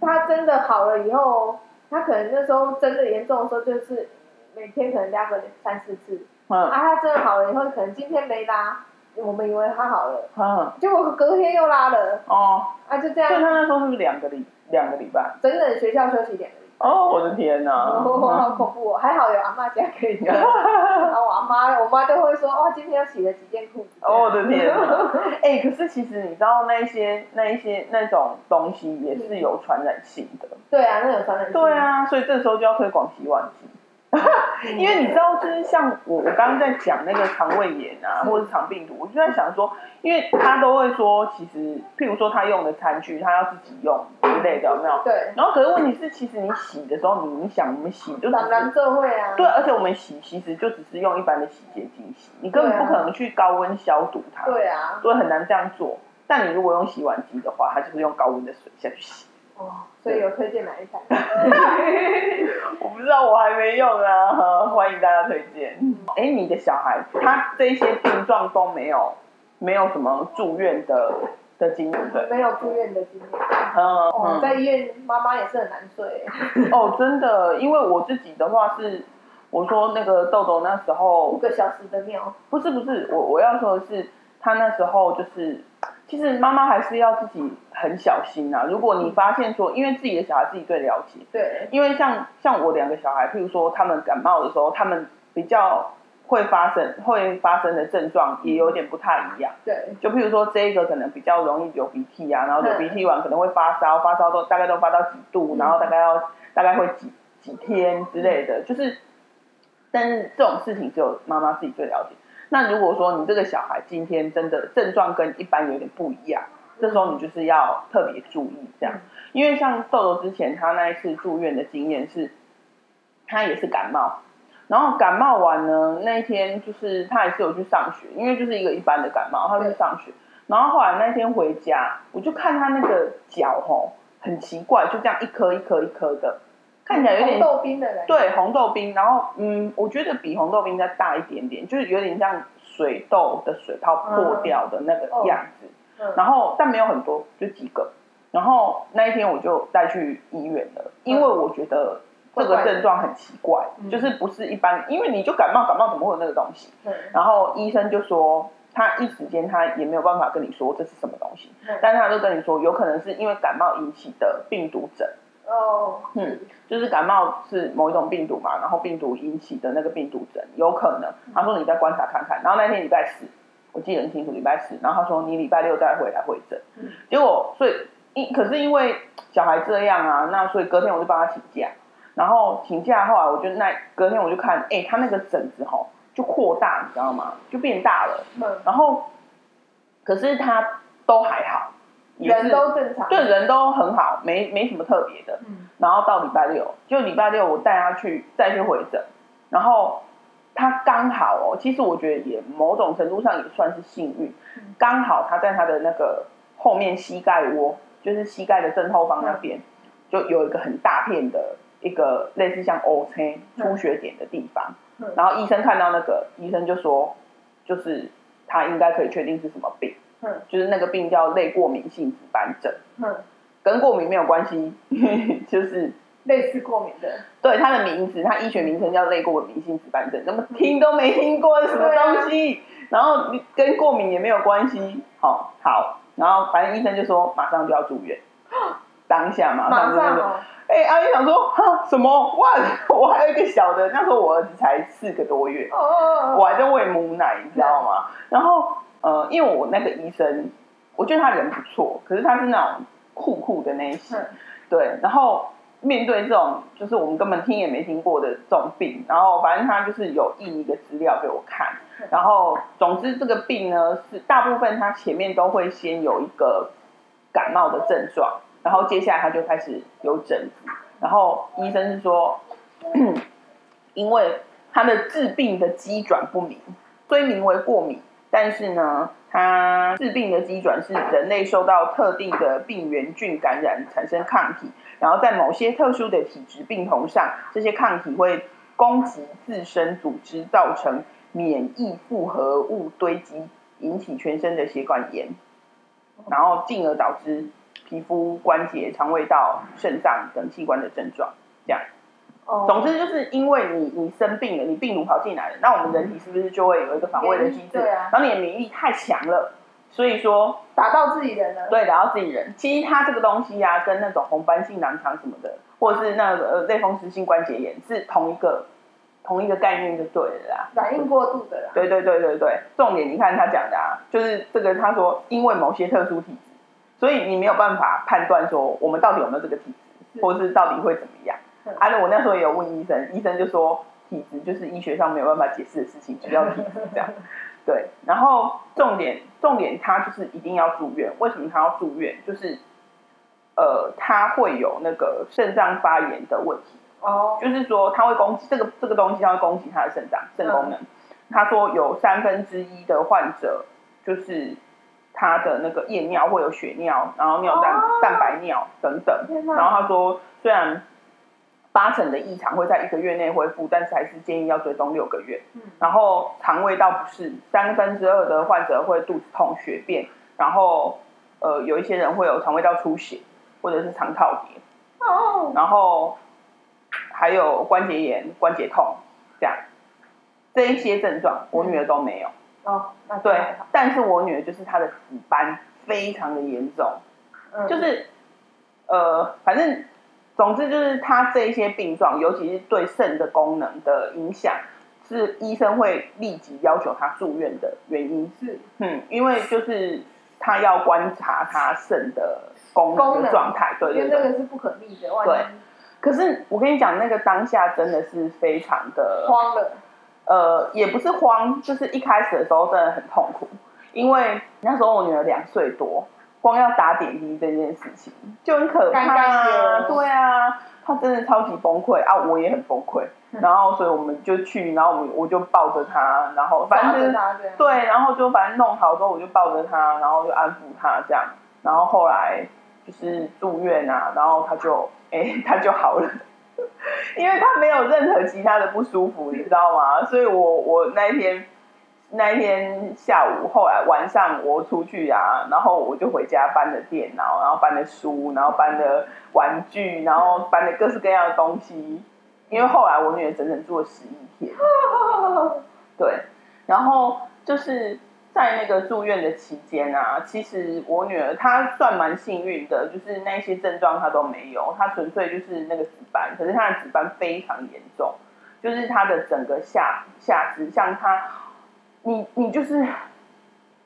Speaker 3: 他真的好了以后，他可能那时候真的严重的时候，就是每天可能拉个三四次啊，
Speaker 2: 嗯
Speaker 3: 他真的好了以后，可能今天没拉，我们以为他好了，
Speaker 2: 嗯，
Speaker 3: 结果隔天又拉了
Speaker 2: 哦，
Speaker 3: 啊，就这
Speaker 2: 所以
Speaker 3: 样，
Speaker 2: 他那时候是不是两个礼两个礼拜？
Speaker 3: 整整学校休息两个礼拜。
Speaker 2: 哦，我的天哪！
Speaker 3: 哦，好恐怖哦！还好有阿妈家
Speaker 2: (laughs)
Speaker 3: 可以聊。然后我阿妈，我妈就会说：“哦，今天要洗了几件裤子。”
Speaker 2: 哦，我的天哪！哎、可是其实你知道那一些、那一些、那种东西也是有传染性的。
Speaker 3: 对啊，那有传染性。
Speaker 2: 对，啊，所以这时候就要推广洗碗机， (laughs) 因为你知道，就是像我我刚刚在讲那个肠胃炎啊，
Speaker 3: 是
Speaker 2: 或者是肠病毒，我就在想说，因为他都会说，其实譬如说他用的餐具，他要自己用之类的，有没有？
Speaker 3: 对，
Speaker 2: 然后可是问题是，其实你洗的时候，你你想我们洗就只
Speaker 3: 当然
Speaker 2: 是
Speaker 3: 这会啊。
Speaker 2: 对，而且我们洗其实就只是用一般的洗洁精洗，你根本不可能去高温消毒它。
Speaker 3: 对啊，
Speaker 2: 所以很难这样做。但你如果用洗碗机的话，它就是用高温的水下去洗。
Speaker 3: 哦，所以有推荐哪一台？
Speaker 2: 我不知道，我还没用啊， (laughs) 欢迎大家推荐。哎、你的小孩他这些症状都没有，没有什么住院的的经验的，
Speaker 3: 没有住院的经验。
Speaker 2: 嗯
Speaker 3: 哦，
Speaker 2: 嗯
Speaker 3: 在医院妈妈也是很难睡。
Speaker 2: 哦，真的，因为我自己的话是，我说那个豆豆那时
Speaker 3: 五
Speaker 2: 候
Speaker 3: 个小时的尿，
Speaker 2: 不是不是，我我要说的是，他那时候就是，其实妈妈还是要自己很小心啊。如果你发现说，因为自己的小孩自己最了解，
Speaker 3: 对，
Speaker 2: 因为像像我两个小孩，譬如说他们感冒的时候，他们比较会发生会发生的症状也有点不太一样。
Speaker 3: 对，
Speaker 2: 就譬如说这一个可能比较容易流鼻涕啊，然后流
Speaker 3: 嗯
Speaker 2: 鼻涕完可能会发烧，发烧都大概都发到几度，
Speaker 3: 嗯
Speaker 2: 然后大概要大概会几几天之类的，就是，但是这种事情只有妈妈自己最了解。那如果说你这个小孩今天真的症状跟一般有点不一样，这时候你就是要特别注意这样
Speaker 3: 嗯，
Speaker 2: 因为像豆豆之前他那一次住院的经验是，他也是感冒，然后感冒完呢，那一天就是他也是有去上学，因为就是一个一般的感冒，他就去上学。然后后来那天回家，我就看他那个脚吼很奇怪，就这样一颗一颗一颗的，看起来有点
Speaker 3: 红豆冰的人。
Speaker 2: 对红豆冰，然后嗯，我觉得比红豆冰再大一点点，就是有点像水痘的水泡破掉的那个样子。
Speaker 3: 嗯，
Speaker 2: 然后但没有很多，就几个。然后那一天我就带去医院了，因为我觉得这个症状很奇怪，
Speaker 3: 嗯
Speaker 2: 就是不是一般，因为你就感冒，感冒怎么会有那个东西？
Speaker 3: 嗯
Speaker 2: 然后医生就说，他一时间他也没有办法跟你说这是什么东西，
Speaker 3: 嗯
Speaker 2: 但是他就跟你说，有可能是因为感冒引起的病毒疹，
Speaker 3: 哦，
Speaker 2: 嗯，就是感冒是某一种病毒嘛，然后病毒引起的那个病毒疹，有可能。他说你再观察看看，然后那天礼拜四，我记得很清楚，礼拜四，然后他说你礼拜六再回来会诊
Speaker 3: 嗯，
Speaker 2: 结果所以因可是因为小孩这样啊，那所以隔天我就帮他请假，然后请假后来我就那隔天我就看，哎、他那个疹子吼就扩大，你知道吗？就变大了，
Speaker 3: 嗯，
Speaker 2: 然后可是他都还好，也是
Speaker 3: 人都正常。
Speaker 2: 对人都很好，没没什么特别的。
Speaker 3: 嗯，
Speaker 2: 然后到礼拜六，就礼拜六我带他去再去回诊，然后他刚好哦，其实我觉得也某种程度上也算是幸运
Speaker 3: 嗯，
Speaker 2: 刚好他在他的那个后面膝盖窝，就是膝盖的正后方那边，
Speaker 3: 嗯
Speaker 2: 就有一个很大片的一个类似像 O C
Speaker 3: 嗯
Speaker 2: 出血点的地方
Speaker 3: 嗯，
Speaker 2: 然后医生看到那个，医生就说就是他应该可以确定是什么病，
Speaker 3: 嗯
Speaker 2: 就是那个病叫类过敏性紫斑症，
Speaker 3: 嗯，
Speaker 2: 跟过敏没有关系， (laughs) 就是
Speaker 3: 类似过敏的，
Speaker 2: 对它的名字，它医学名称叫类过敏性紫斑症，怎么听都没听过是什么东
Speaker 3: 啊
Speaker 2: 西，然后跟过敏也没有关系。好，好，然后反正医生就说马上就要住院， (gasps) 当下马上
Speaker 3: 马
Speaker 2: 就
Speaker 3: 上
Speaker 2: 啊那个。
Speaker 3: 哦，
Speaker 2: 哎、阿姨想说 (laughs) 哈什么哇？我还有一个小的，那时候我儿子才四个多月，
Speaker 3: 哦哦
Speaker 2: 我
Speaker 3: 哦，
Speaker 2: 还在喂母奶，你知道吗？然后呃，因为我那个医生，我觉得他人不错，可是他是那种酷酷的那一型，
Speaker 3: 嗯
Speaker 2: 对，然后。面对这种就是我们根本听也没听过的这种病，然后反正他就是有印一个资料给我看，然后总之这个病呢是大部分他前面都会先有一个感冒的症状，然后接下来他就开始有疹子，然后医生是说， (coughs) 因为他的致病的机转不明，虽名为过敏，但是呢，它致病的机转是人类受到特定的病原菌感染产生抗体，然后在某些特殊的体质病童上，这些抗体会攻击自身组织，造成免疫复合物堆积，引起全身的血管炎，然后进而导致皮肤、关节、肠胃道、肾脏等器官的症状。这样，
Speaker 3: 哦
Speaker 2: 总之就是因为你你生病了，你病毒跑进来了，那我们人体是不是就会有一个防卫的机制？
Speaker 3: 免疫对啊
Speaker 2: 然后你的免疫力太强了，所以说
Speaker 3: 打到自己人了，
Speaker 2: 对，打到自己人。其实它这个东西啊，跟那种红斑性狼疮什么的，或者是那个呃类风湿性关节炎，是同一个同一个概念就对了啦。
Speaker 3: 反应过度的啦，
Speaker 2: 对对对对对，重点你看他讲的啊，就是这个他说因为某些特殊体质，所以你没有办法判断说我们到底有没有这个体质，
Speaker 3: 是
Speaker 2: 或是到底会怎么样
Speaker 3: 嗯。
Speaker 2: 啊，那我那时候也有问医生，医生就说体质就是医学上没有办法解释的事情，就叫体质
Speaker 3: (laughs)
Speaker 2: 这样。对，然后重点重点他就是一定要住院，为什么他要住院？就是呃，他会有那个肾脏发炎的问题。
Speaker 3: 哦，
Speaker 2: 就是说它会攻击这个这个东西，它会攻击它的肾脏肾功
Speaker 3: 嗯
Speaker 2: 能。他说有三分之一的患者就是他的那个夜尿会有血尿，然后尿蛋、
Speaker 3: 哦
Speaker 2: 蛋白尿等等。
Speaker 3: 天哪
Speaker 2: 然后他说虽然八成的异常会在一个月内恢复，但是还是建议要追踪六个月。
Speaker 3: 嗯
Speaker 2: 然后肠胃道不适，三分之二的患者会肚子痛、血便，然后呃有一些人会有肠胃道出血或者是肠套叠。
Speaker 3: 哦，
Speaker 2: 然后还有关节炎、关节痛这样，这一些症状我女儿都没有。
Speaker 3: 哦，那
Speaker 2: 对
Speaker 3: 还好，
Speaker 2: 但是我女儿就是她的紫斑非常的严重，
Speaker 3: 嗯
Speaker 2: 就是呃，反正总之就是她这一些病状，尤其是对肾的功能的影响，是医生会立即要求她住院的原因。
Speaker 3: 是
Speaker 2: 嗯，因为就是她要观察她肾的功能
Speaker 3: 功
Speaker 2: 的
Speaker 3: 能
Speaker 2: 状态，对
Speaker 3: 嗯因为
Speaker 2: 对
Speaker 3: 那
Speaker 2: 对。
Speaker 3: 个是不可逆的，万
Speaker 2: 对
Speaker 3: 一
Speaker 2: 可是我跟你讲，那个当下真的是非常的，
Speaker 3: 慌了，
Speaker 2: 呃，也不是慌，就是一开始的时候真的很痛苦，因为那时候我女儿两岁多，光要打点滴这件事情就很可怕、
Speaker 3: 尴尬
Speaker 2: 啊，
Speaker 3: 耶
Speaker 2: 对啊，她真的超级崩溃啊，我也很崩
Speaker 3: (laughs)
Speaker 2: 溃，
Speaker 3: 嗯
Speaker 2: 然后所以我们就去，然后我们我就抱着她，然后反正就是
Speaker 3: 抓着他这样，
Speaker 2: 对，然后就反正弄好之后，我就抱着他，然后就安抚他这样，然后后来就是住院啊，然后他就 (laughs) 哎、他就好了， (laughs) 因为他没有任何其他的不舒服，你知道吗？所以我我那一天那一天下午，后来晚上我出去啊，然后我就回家搬着电脑，然后搬着书，然后搬着玩具，然后搬着各式各样的东西，因为后来我女儿整整住了十一天。对，然后就是在那个住院的期间啊，其实我女儿她算蛮幸运的，就是那些症状她都没有，她纯粹就是那个紫斑，可是她的紫斑非常严重，就是她的整个下下肢，像她，你你就是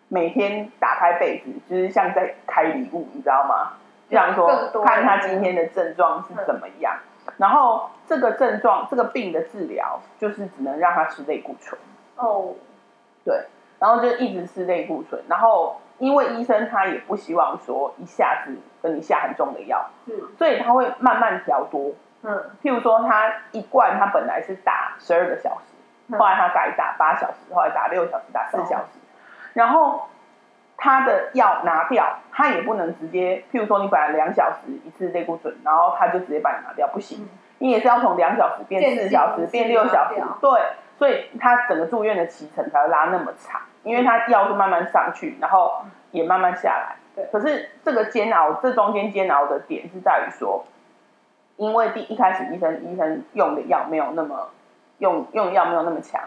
Speaker 2: 每天打开被子，就是像在开礼物，你知道吗？就想
Speaker 3: 更
Speaker 2: 说
Speaker 3: 多嗯
Speaker 2: 看她今天的症状是怎么样，然后这个症状这个病的治疗就是只能让她吃类固醇。
Speaker 3: (laughs) 哦，
Speaker 2: 然后就一直吃类固醇，然后因为医生他也不希望说一下子跟你下很重的药，
Speaker 3: 是，
Speaker 2: 所以他会慢慢调多。
Speaker 3: 嗯
Speaker 2: 譬如说，他一罐他本来是打十二个小时，
Speaker 3: 嗯
Speaker 2: 后来他改打八小时，后来打六小时，打四小时，然后他的药拿掉，他也不能直接，譬如说你本来两小时一次类固醇，然后他就直接把你拿掉，不行。
Speaker 3: 嗯，
Speaker 2: 你也是要从两小时变
Speaker 3: 渐
Speaker 2: 四
Speaker 3: 进
Speaker 2: 小时，
Speaker 3: 式
Speaker 2: 变六
Speaker 3: 拿
Speaker 2: 小时
Speaker 3: 掉，
Speaker 2: 对，所以他整个住院的期程才会拉那么长，因为他药是慢慢上去，然后也慢慢下来。
Speaker 3: 对
Speaker 2: 可是这个煎熬，这中间煎熬的点是在于说，因为第一开始医生医生用的药没有那么用用药没有那么强，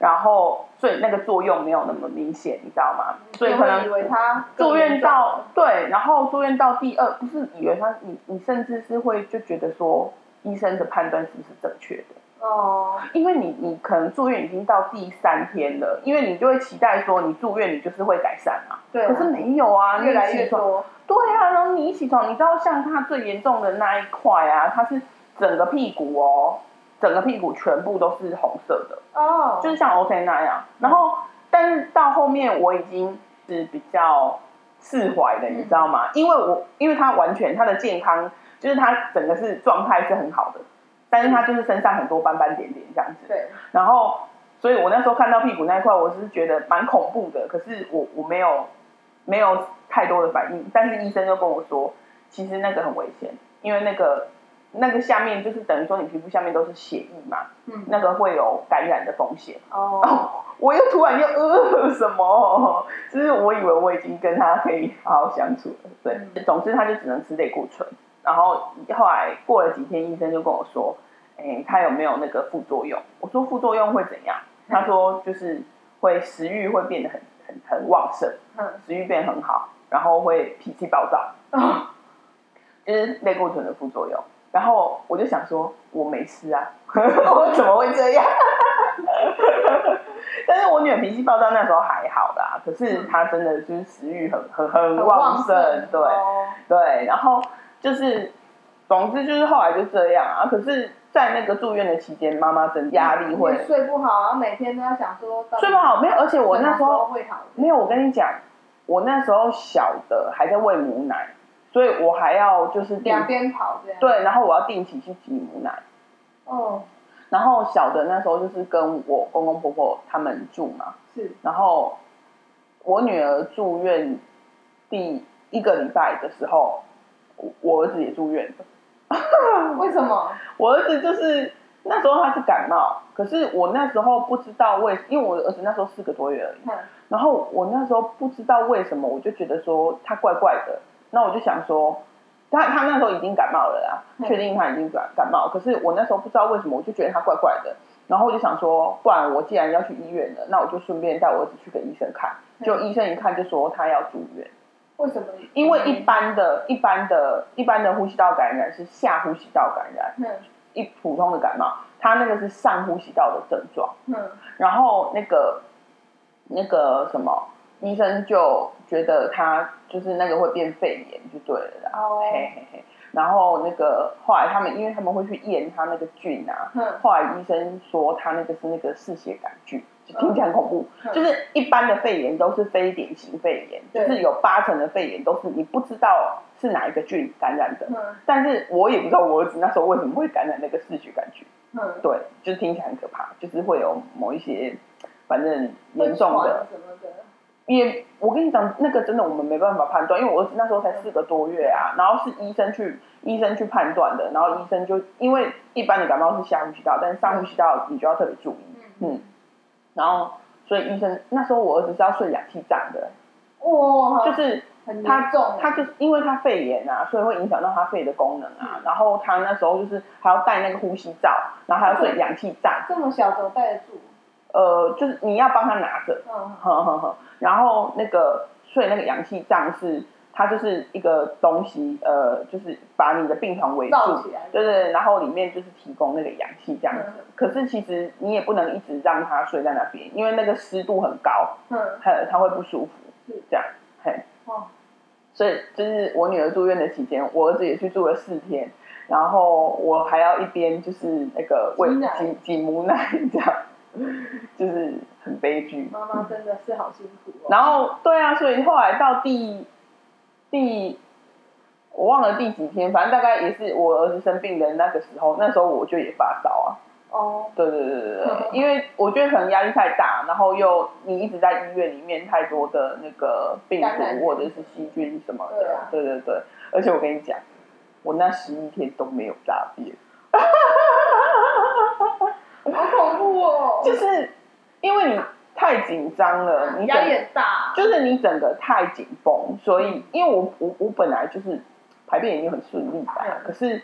Speaker 2: 然后所以那个作用没有那么明显，你知道吗？所以
Speaker 3: 就
Speaker 2: 可
Speaker 3: 会
Speaker 2: 能
Speaker 3: 以为他
Speaker 2: 住院到
Speaker 3: 到
Speaker 2: 对，然后住院到第二，不是以为他你你甚至是会就觉得说医生的判断是不是正确的，
Speaker 3: 哦，
Speaker 2: 因为你你可能住院已经到第三天了，因为你就会期待说你住院你就是会改善啊，
Speaker 3: 对啊，
Speaker 2: 可是没有啊，
Speaker 3: 越来
Speaker 2: 你
Speaker 3: 越
Speaker 2: 起床，
Speaker 3: 多，
Speaker 2: 对啊，然后你一起床，你知道像他最严重的那一块啊，他是整个屁股哦，整个屁股全部都是红色的，
Speaker 3: 哦，
Speaker 2: 就是像 OK 那样。然后，但是到后面我已经是比较释怀的，你知道吗？因为我因为他完全他的健康，就是他整个是状态是很好的，但是他就是身上很多斑斑点点这样子。
Speaker 3: 对，
Speaker 2: 然后，所以我那时候看到屁股那一块，我是觉得蛮恐怖的，可是我我没有没有太多的反应，但是医生就跟我说，其实那个很危险，因为那个。那个下面就是等于说你皮肤下面都是血液嘛，
Speaker 3: 嗯，
Speaker 2: 那个会有感染的风险。
Speaker 3: 哦，
Speaker 2: 哦， (laughs) 我又突然又呃什么？就是我以为我已经跟他可以好好相处了，对。总之他就只能吃类固醇，然后后来过了几天，医生就跟我说，哎、他有没有那个副作用？我说副作用会怎样？他说就是会食欲会变得很很很旺盛，
Speaker 3: 嗯，
Speaker 2: 食欲变很好，然后会脾气暴躁，
Speaker 3: 哦，
Speaker 2: 就是类固醇的副作用。然后我就想说，我没吃啊， (laughs) 我怎么会这样？ (laughs) 但是我女儿脾气暴躁那时候还好啦，可是她真的就是食欲很很很 (laughs)
Speaker 3: 很
Speaker 2: 旺盛，对、
Speaker 3: 哦
Speaker 2: 对。然后就是，总之就是后来就这样啊。可是，在那个住院的期间，妈妈真的压力会
Speaker 3: 也睡不好，然后每天都要想说到底
Speaker 2: 睡不好，没有，而且我那时
Speaker 3: 什么时候
Speaker 2: 候
Speaker 3: 会好，
Speaker 2: 没有，我跟你讲，我那时候小的还在喂母奶，所以我还要就是定
Speaker 3: 两边跑这样，，
Speaker 2: 对，然后我要定期去挤母奶。
Speaker 3: 哦，
Speaker 2: 然后小的那时候就是跟我公公婆婆他们住嘛，
Speaker 3: 是，
Speaker 2: 然后我女儿住院第一个礼拜的时候，我我儿子也住院了。
Speaker 3: 为什么？
Speaker 2: 我儿子就是那时候他是感冒，可是我那时候不知道为，因为我儿子那时候四个多月而已，
Speaker 3: 嗯，
Speaker 2: 然后我那时候不知道为什么，我就觉得说他怪怪的，那我就想说。他他那时候已经感冒了啦，
Speaker 3: 嗯
Speaker 2: 确定他已经感感冒。可是我那时候不知道为什么，我就觉得他怪怪的。然后我就想说，不然我既然要去医院了，那我就顺便带我儿子去给医生看。
Speaker 3: 嗯
Speaker 2: 就医生一看就说他要住院，
Speaker 3: 为什么？
Speaker 2: 因为一般的、一般的、一般的呼吸道感染是下呼吸道感染，
Speaker 3: 嗯，
Speaker 2: 一普通的感冒，他那个是上呼吸道的症状。
Speaker 3: 嗯嗯，
Speaker 2: 然后那个那个什么医生就觉得他就是那个会变肺炎就对了啦，
Speaker 3: 哦
Speaker 2: 嘿嘿嘿。然后那个后来他们因为他们会去验他那个菌啊，
Speaker 3: 嗯，
Speaker 2: 后来医生说他那个是那个嗜血杆菌，就听起来很恐怖。
Speaker 3: 嗯
Speaker 2: 就是一般的肺炎都是非典型肺炎，
Speaker 3: 对
Speaker 2: 就是有八成的肺炎都是你不知道是哪一个菌感染的。
Speaker 3: 嗯
Speaker 2: 但是我也不知道我儿子那时候为什么会感染那个嗜血杆菌。
Speaker 3: 嗯，
Speaker 2: 对，就听起来很可怕，就是会有某一些反正严重的
Speaker 3: 会，喘什么的，
Speaker 2: 也我跟你讲，那个真的我们没办法判断，因为我儿子那时候才四个多月啊，然后是医生去医生去判断的，然后医生就因为一般的感冒是下呼吸道，但是上呼吸道你就要特别注意，
Speaker 3: 嗯
Speaker 2: 嗯，然后所以医生那时候我儿子是要睡氧气站的，
Speaker 3: 哇，
Speaker 2: 就是
Speaker 3: 很
Speaker 2: 他
Speaker 3: 严重，
Speaker 2: 他就是因为他肺炎啊，所以会影响到他肺的功能啊，然后他那时候就是还要戴那个呼吸罩，然后还要睡氧气站，
Speaker 3: 这么小怎么带得住？
Speaker 2: 呃，就是你要帮他拿着，
Speaker 3: 嗯，
Speaker 2: 呵呵呵。然后那个，所以那个氧气罩是它就是一个东西，呃，就是把你的病床围
Speaker 3: 绕
Speaker 2: 住，
Speaker 3: 起来，
Speaker 2: 对对，然后里面就是提供那个氧气这样子。
Speaker 3: 嗯
Speaker 2: 可是其实你也不能一直让它睡在那边，因为那个湿度很高，
Speaker 3: 嗯，
Speaker 2: 它它会不舒服
Speaker 3: 是，
Speaker 2: 这样，嘿。
Speaker 3: 哦，
Speaker 2: 所以就是我女儿住院的期间，我儿子也去住了四天，然后我还要一边就是那个喂
Speaker 3: 挤奶
Speaker 2: 挤挤母奶这样，就是很悲剧。
Speaker 3: 妈妈真的是好辛苦哦，
Speaker 2: 然后对啊，所以后来到第第我忘了第几天，反正大概也是我儿子生病的那个时候，那时候我就也发烧啊。
Speaker 3: 哦，
Speaker 2: 对对对对
Speaker 3: (laughs)
Speaker 2: 对，因为我觉得可能压力太大，然后又你一直在医院里面太多的那个病
Speaker 3: 感染
Speaker 2: 毒或者是细菌什么
Speaker 3: 对
Speaker 2: 的
Speaker 3: 啊，
Speaker 2: 对对对，而且我跟你讲，我那十一
Speaker 3: 哦
Speaker 2: 天都没有大便，
Speaker 3: 好恐怖哦，
Speaker 2: 就是因为你太紧张了，你
Speaker 3: 压
Speaker 2: 整
Speaker 3: 力很大，
Speaker 2: 就是你整个太紧绷，所以因为我我我本来就是排便已经很顺利吧
Speaker 3: 嗯，
Speaker 2: 可是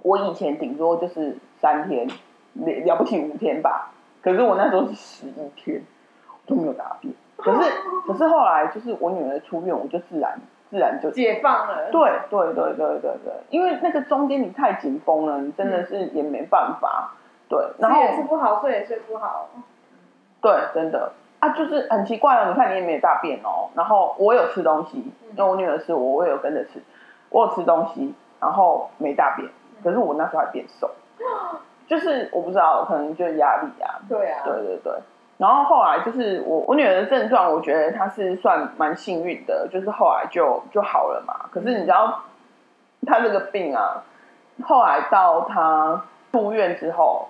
Speaker 2: 我以前顶多就是三天，了了不起五天吧，可是我那时候是十一天都没有大便，可是可是后来就是我女儿出院，我就自然自然就
Speaker 3: 解放了，
Speaker 2: 对对对对对对，因为那个中间你太紧绷了，你真的是也没办法。对，然
Speaker 3: 吃
Speaker 2: 后
Speaker 3: 也吃不好，睡也睡不好，
Speaker 2: 对，真的啊，就是很奇怪哦。你看你也没有大便哦，然后我有吃东西，因为我女儿吃，我我也有跟着吃，我有吃东西，然后没大便，可是我那时候还变瘦，就是我不知道，可能就压力啊，
Speaker 3: 对啊，
Speaker 2: 对对对。然后后来就是我我女儿的症状，我觉得她是算蛮幸运的，就是后来就就好了嘛。可是你知道，她这个病啊，后来到她住院之后，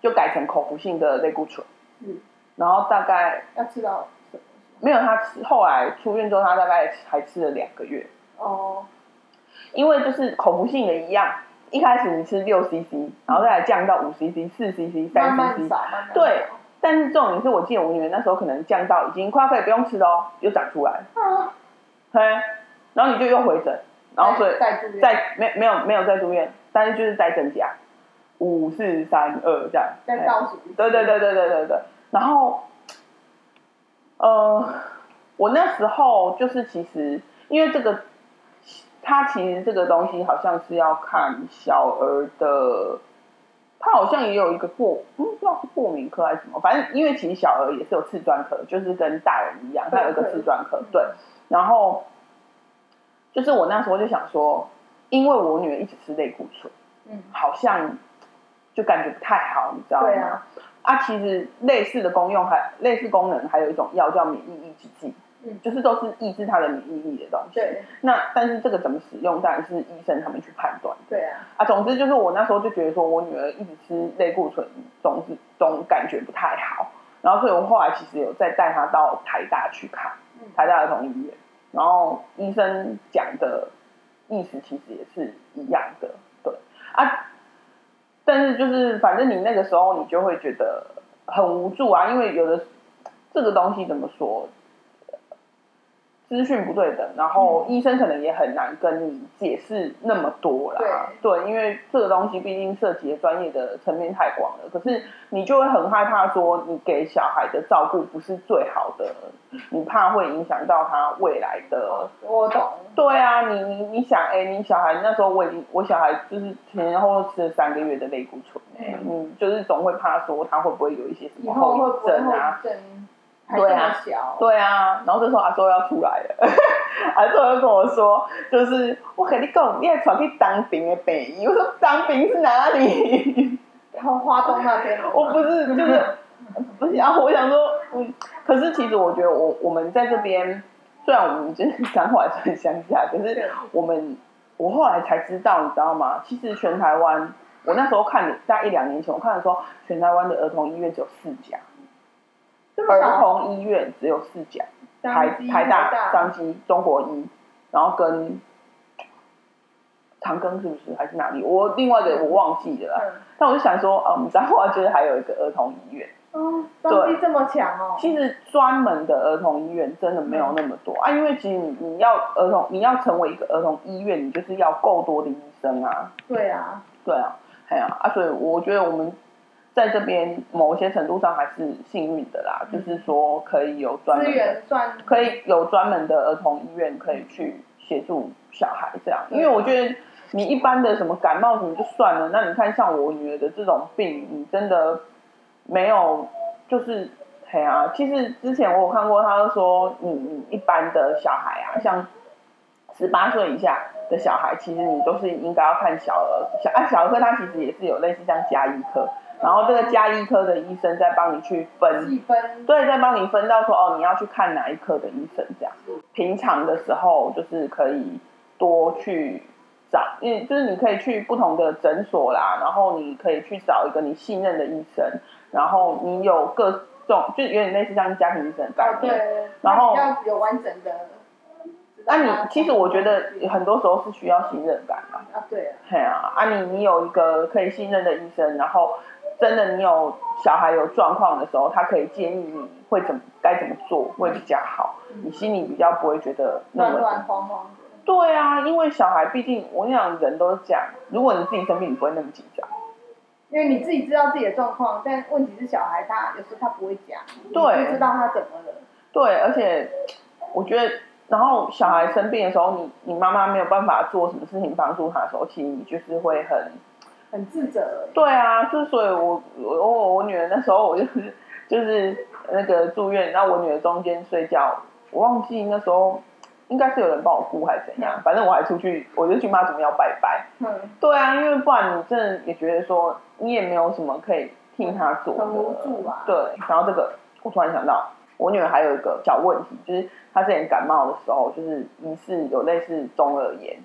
Speaker 2: 就改成口服性的类固醇，
Speaker 3: 嗯
Speaker 2: 然后大概
Speaker 3: 要吃到什么？
Speaker 2: 没有她吃，后来出院之后，她大概还吃了两个月，
Speaker 3: 哦，
Speaker 2: 因为就是口服性的一样，一开始你吃六 CC，然后再来降到五 CC、四 CC、
Speaker 3: 慢
Speaker 2: 三
Speaker 3: 慢
Speaker 2: CC，
Speaker 3: 少，慢慢少
Speaker 2: 对但是重点是我记得我女儿那时候可能降到已经快要可以不用吃的哦，又长出来，
Speaker 3: 啊，
Speaker 2: 嘿，然后你就又回诊，然后所以
Speaker 3: 再住院
Speaker 2: 再没没有没有再住院，但是就是再增加五四三二这样，
Speaker 3: 再
Speaker 2: 嘿
Speaker 3: 倒数，
Speaker 2: 哎对对，对对对对对，然后呃，我那时候就是其实因为这个，它其实这个东西好像是要看小儿的，它好像也有一个过，嗯，不知道是过敏科还是什么，反正因为其实小儿也是有次专科，就是跟大人一样，它有一个次专科，对，嗯然后就是我那时候就想说，因为我女儿一直吃类固醇，
Speaker 3: 嗯，
Speaker 2: 好像就感觉不太好，你知道吗？
Speaker 3: 对啊
Speaker 2: 啊其实类似的功用还类似功能还有一种药叫免疫抑制剂，
Speaker 3: 嗯
Speaker 2: 就是都是抑制它的免疫力的东西。
Speaker 3: 对
Speaker 2: 那但是这个怎么使用，当然是医生他们去判断
Speaker 3: 对啊，
Speaker 2: 啊。总之就是我那时候就觉得说我女儿一直吃类固醇，总之总感觉不太好，然后所以我后来其实有再带她到台大去看。
Speaker 3: 嗯，
Speaker 2: 台大儿童医院，然后医生讲的意思其实也是一样的，对啊，但是就是反正你那个时候你就会觉得很无助啊，因为有的这个东西怎么说，资讯不对等，然后医生可能也很难跟你解释那么多啦，啊对，因为这个东西毕竟涉及的专业的层面太广了，可是你就会很害怕说你给小孩的照顾不是最好的，你怕会影响到他未来的
Speaker 3: 我懂，
Speaker 2: 对啊，你你你想，哎、你小孩那时候我已经，我小孩就是前前后后吃了三个月的类固醇、哎，
Speaker 3: 嗯
Speaker 2: 你就是总会怕说他会不会有一些什
Speaker 3: 以
Speaker 2: 么
Speaker 3: 后会
Speaker 2: 后
Speaker 3: 不
Speaker 2: 遗
Speaker 3: 会
Speaker 2: 症
Speaker 3: 后
Speaker 2: 啊？
Speaker 3: 遗症还这么小？
Speaker 2: 对啊，然后这时候阿周要出来了， (laughs) 阿周又跟我说，就是我跟你讲，你还传去当兵的北医，我说当兵是哪里？ (laughs)
Speaker 3: 然后花东那边，
Speaker 2: 我不是就是不是啊，我想说，嗯，可是其实我觉得我我们在这边，虽然我们就是彰化算乡下，可是
Speaker 3: 对
Speaker 2: 我们我后来才知道，你知道吗？其实全台湾，我那时候看大概一两年前，我看的时候，全台湾的儿童医院只有四家，
Speaker 3: 这么
Speaker 2: 儿
Speaker 3: 小，
Speaker 2: 童医院只有四家，台
Speaker 3: 张基
Speaker 2: 台大、
Speaker 3: 大
Speaker 2: 张基、中国医，然后跟长庚是不是还是哪里？我另外的我忘记了啦，
Speaker 3: 嗯，
Speaker 2: 但我就想说，啊，我们彰化 (laughs) 就是还有一个儿童医院。
Speaker 3: 哦，张基这么强哦，
Speaker 2: 其实专门的儿童医院真的没有那么多啊，因为其实你你要儿童，你要成为一个儿童医院，你就是要够多的医生啊，
Speaker 3: 对啊，
Speaker 2: 对啊，哎呀啊，所以我觉得我们在这边某些程度上还是幸运的啦，就是说可以有专
Speaker 3: 资
Speaker 2: 门的，
Speaker 3: 源算
Speaker 2: 可以有专门的儿童医院可以去协助小孩这样，因为我觉得你一般的什么感冒什么就算了，那你看像我女儿的这种病，你真的没有，就是嘿啊，其实之前我有看过，他就说你你一般的小孩啊，像十八岁以下的小孩，其实你都是应该要看小儿小啊小儿科，它其实也是有类似像加医科，然后这个加医科的医生再帮你去分
Speaker 3: 嗯细分，
Speaker 2: 对，再帮你分到说哦，你要去看哪一科的医生这样。平常的时候就是可以多去找，因为就是你可以去不同的诊所啦，然后你可以去找一个你信任的医生，然后你有各种就有点类似像家庭医生的概
Speaker 3: 哦
Speaker 2: 念。
Speaker 3: 对，
Speaker 2: 然后
Speaker 3: 要有完整的资知道
Speaker 2: 那
Speaker 3: 他。
Speaker 2: 你其实我觉得很多时候是需要信任感啊。
Speaker 3: 啊，对啊，
Speaker 2: 嘿啊，啊你你有一个可以信任的医生，然后真的你有小孩有状况的时候，他可以建议你会怎么该怎么做会比较好，你心里比较不会觉得那
Speaker 3: 嗯乱
Speaker 2: 么。
Speaker 3: 乱慌慌的。
Speaker 2: 对啊，因为小孩毕竟我跟你讲人都是这样，如果你自己生病，你不会那么紧张。
Speaker 3: 因为你自己知道自己的状况，但问题是小孩他有时候他不会讲，你
Speaker 2: 对
Speaker 3: 不知道他怎么了，
Speaker 2: 对，而且我觉得，然后小孩生病的时候，你你妈妈没有办法做什么事情帮助他的时候，其实你就是会很
Speaker 3: 很自责。
Speaker 2: 对啊，之所以我我我我女儿那时候我就是 (laughs) 就是那个住院，然后我女儿中间睡觉，我忘记那时候应该是有人帮我顾还是怎样，反正我还出去，我就去妈祖庙拜拜。
Speaker 3: 嗯，
Speaker 2: 对啊，因为不然你真的也觉得说你也没有什么可以替她做的，
Speaker 3: 很无助啊
Speaker 2: 对，然后这个我突然想到，我女儿还有一个小问题，就是她之前感冒的时候，就是疑似有类似中耳炎，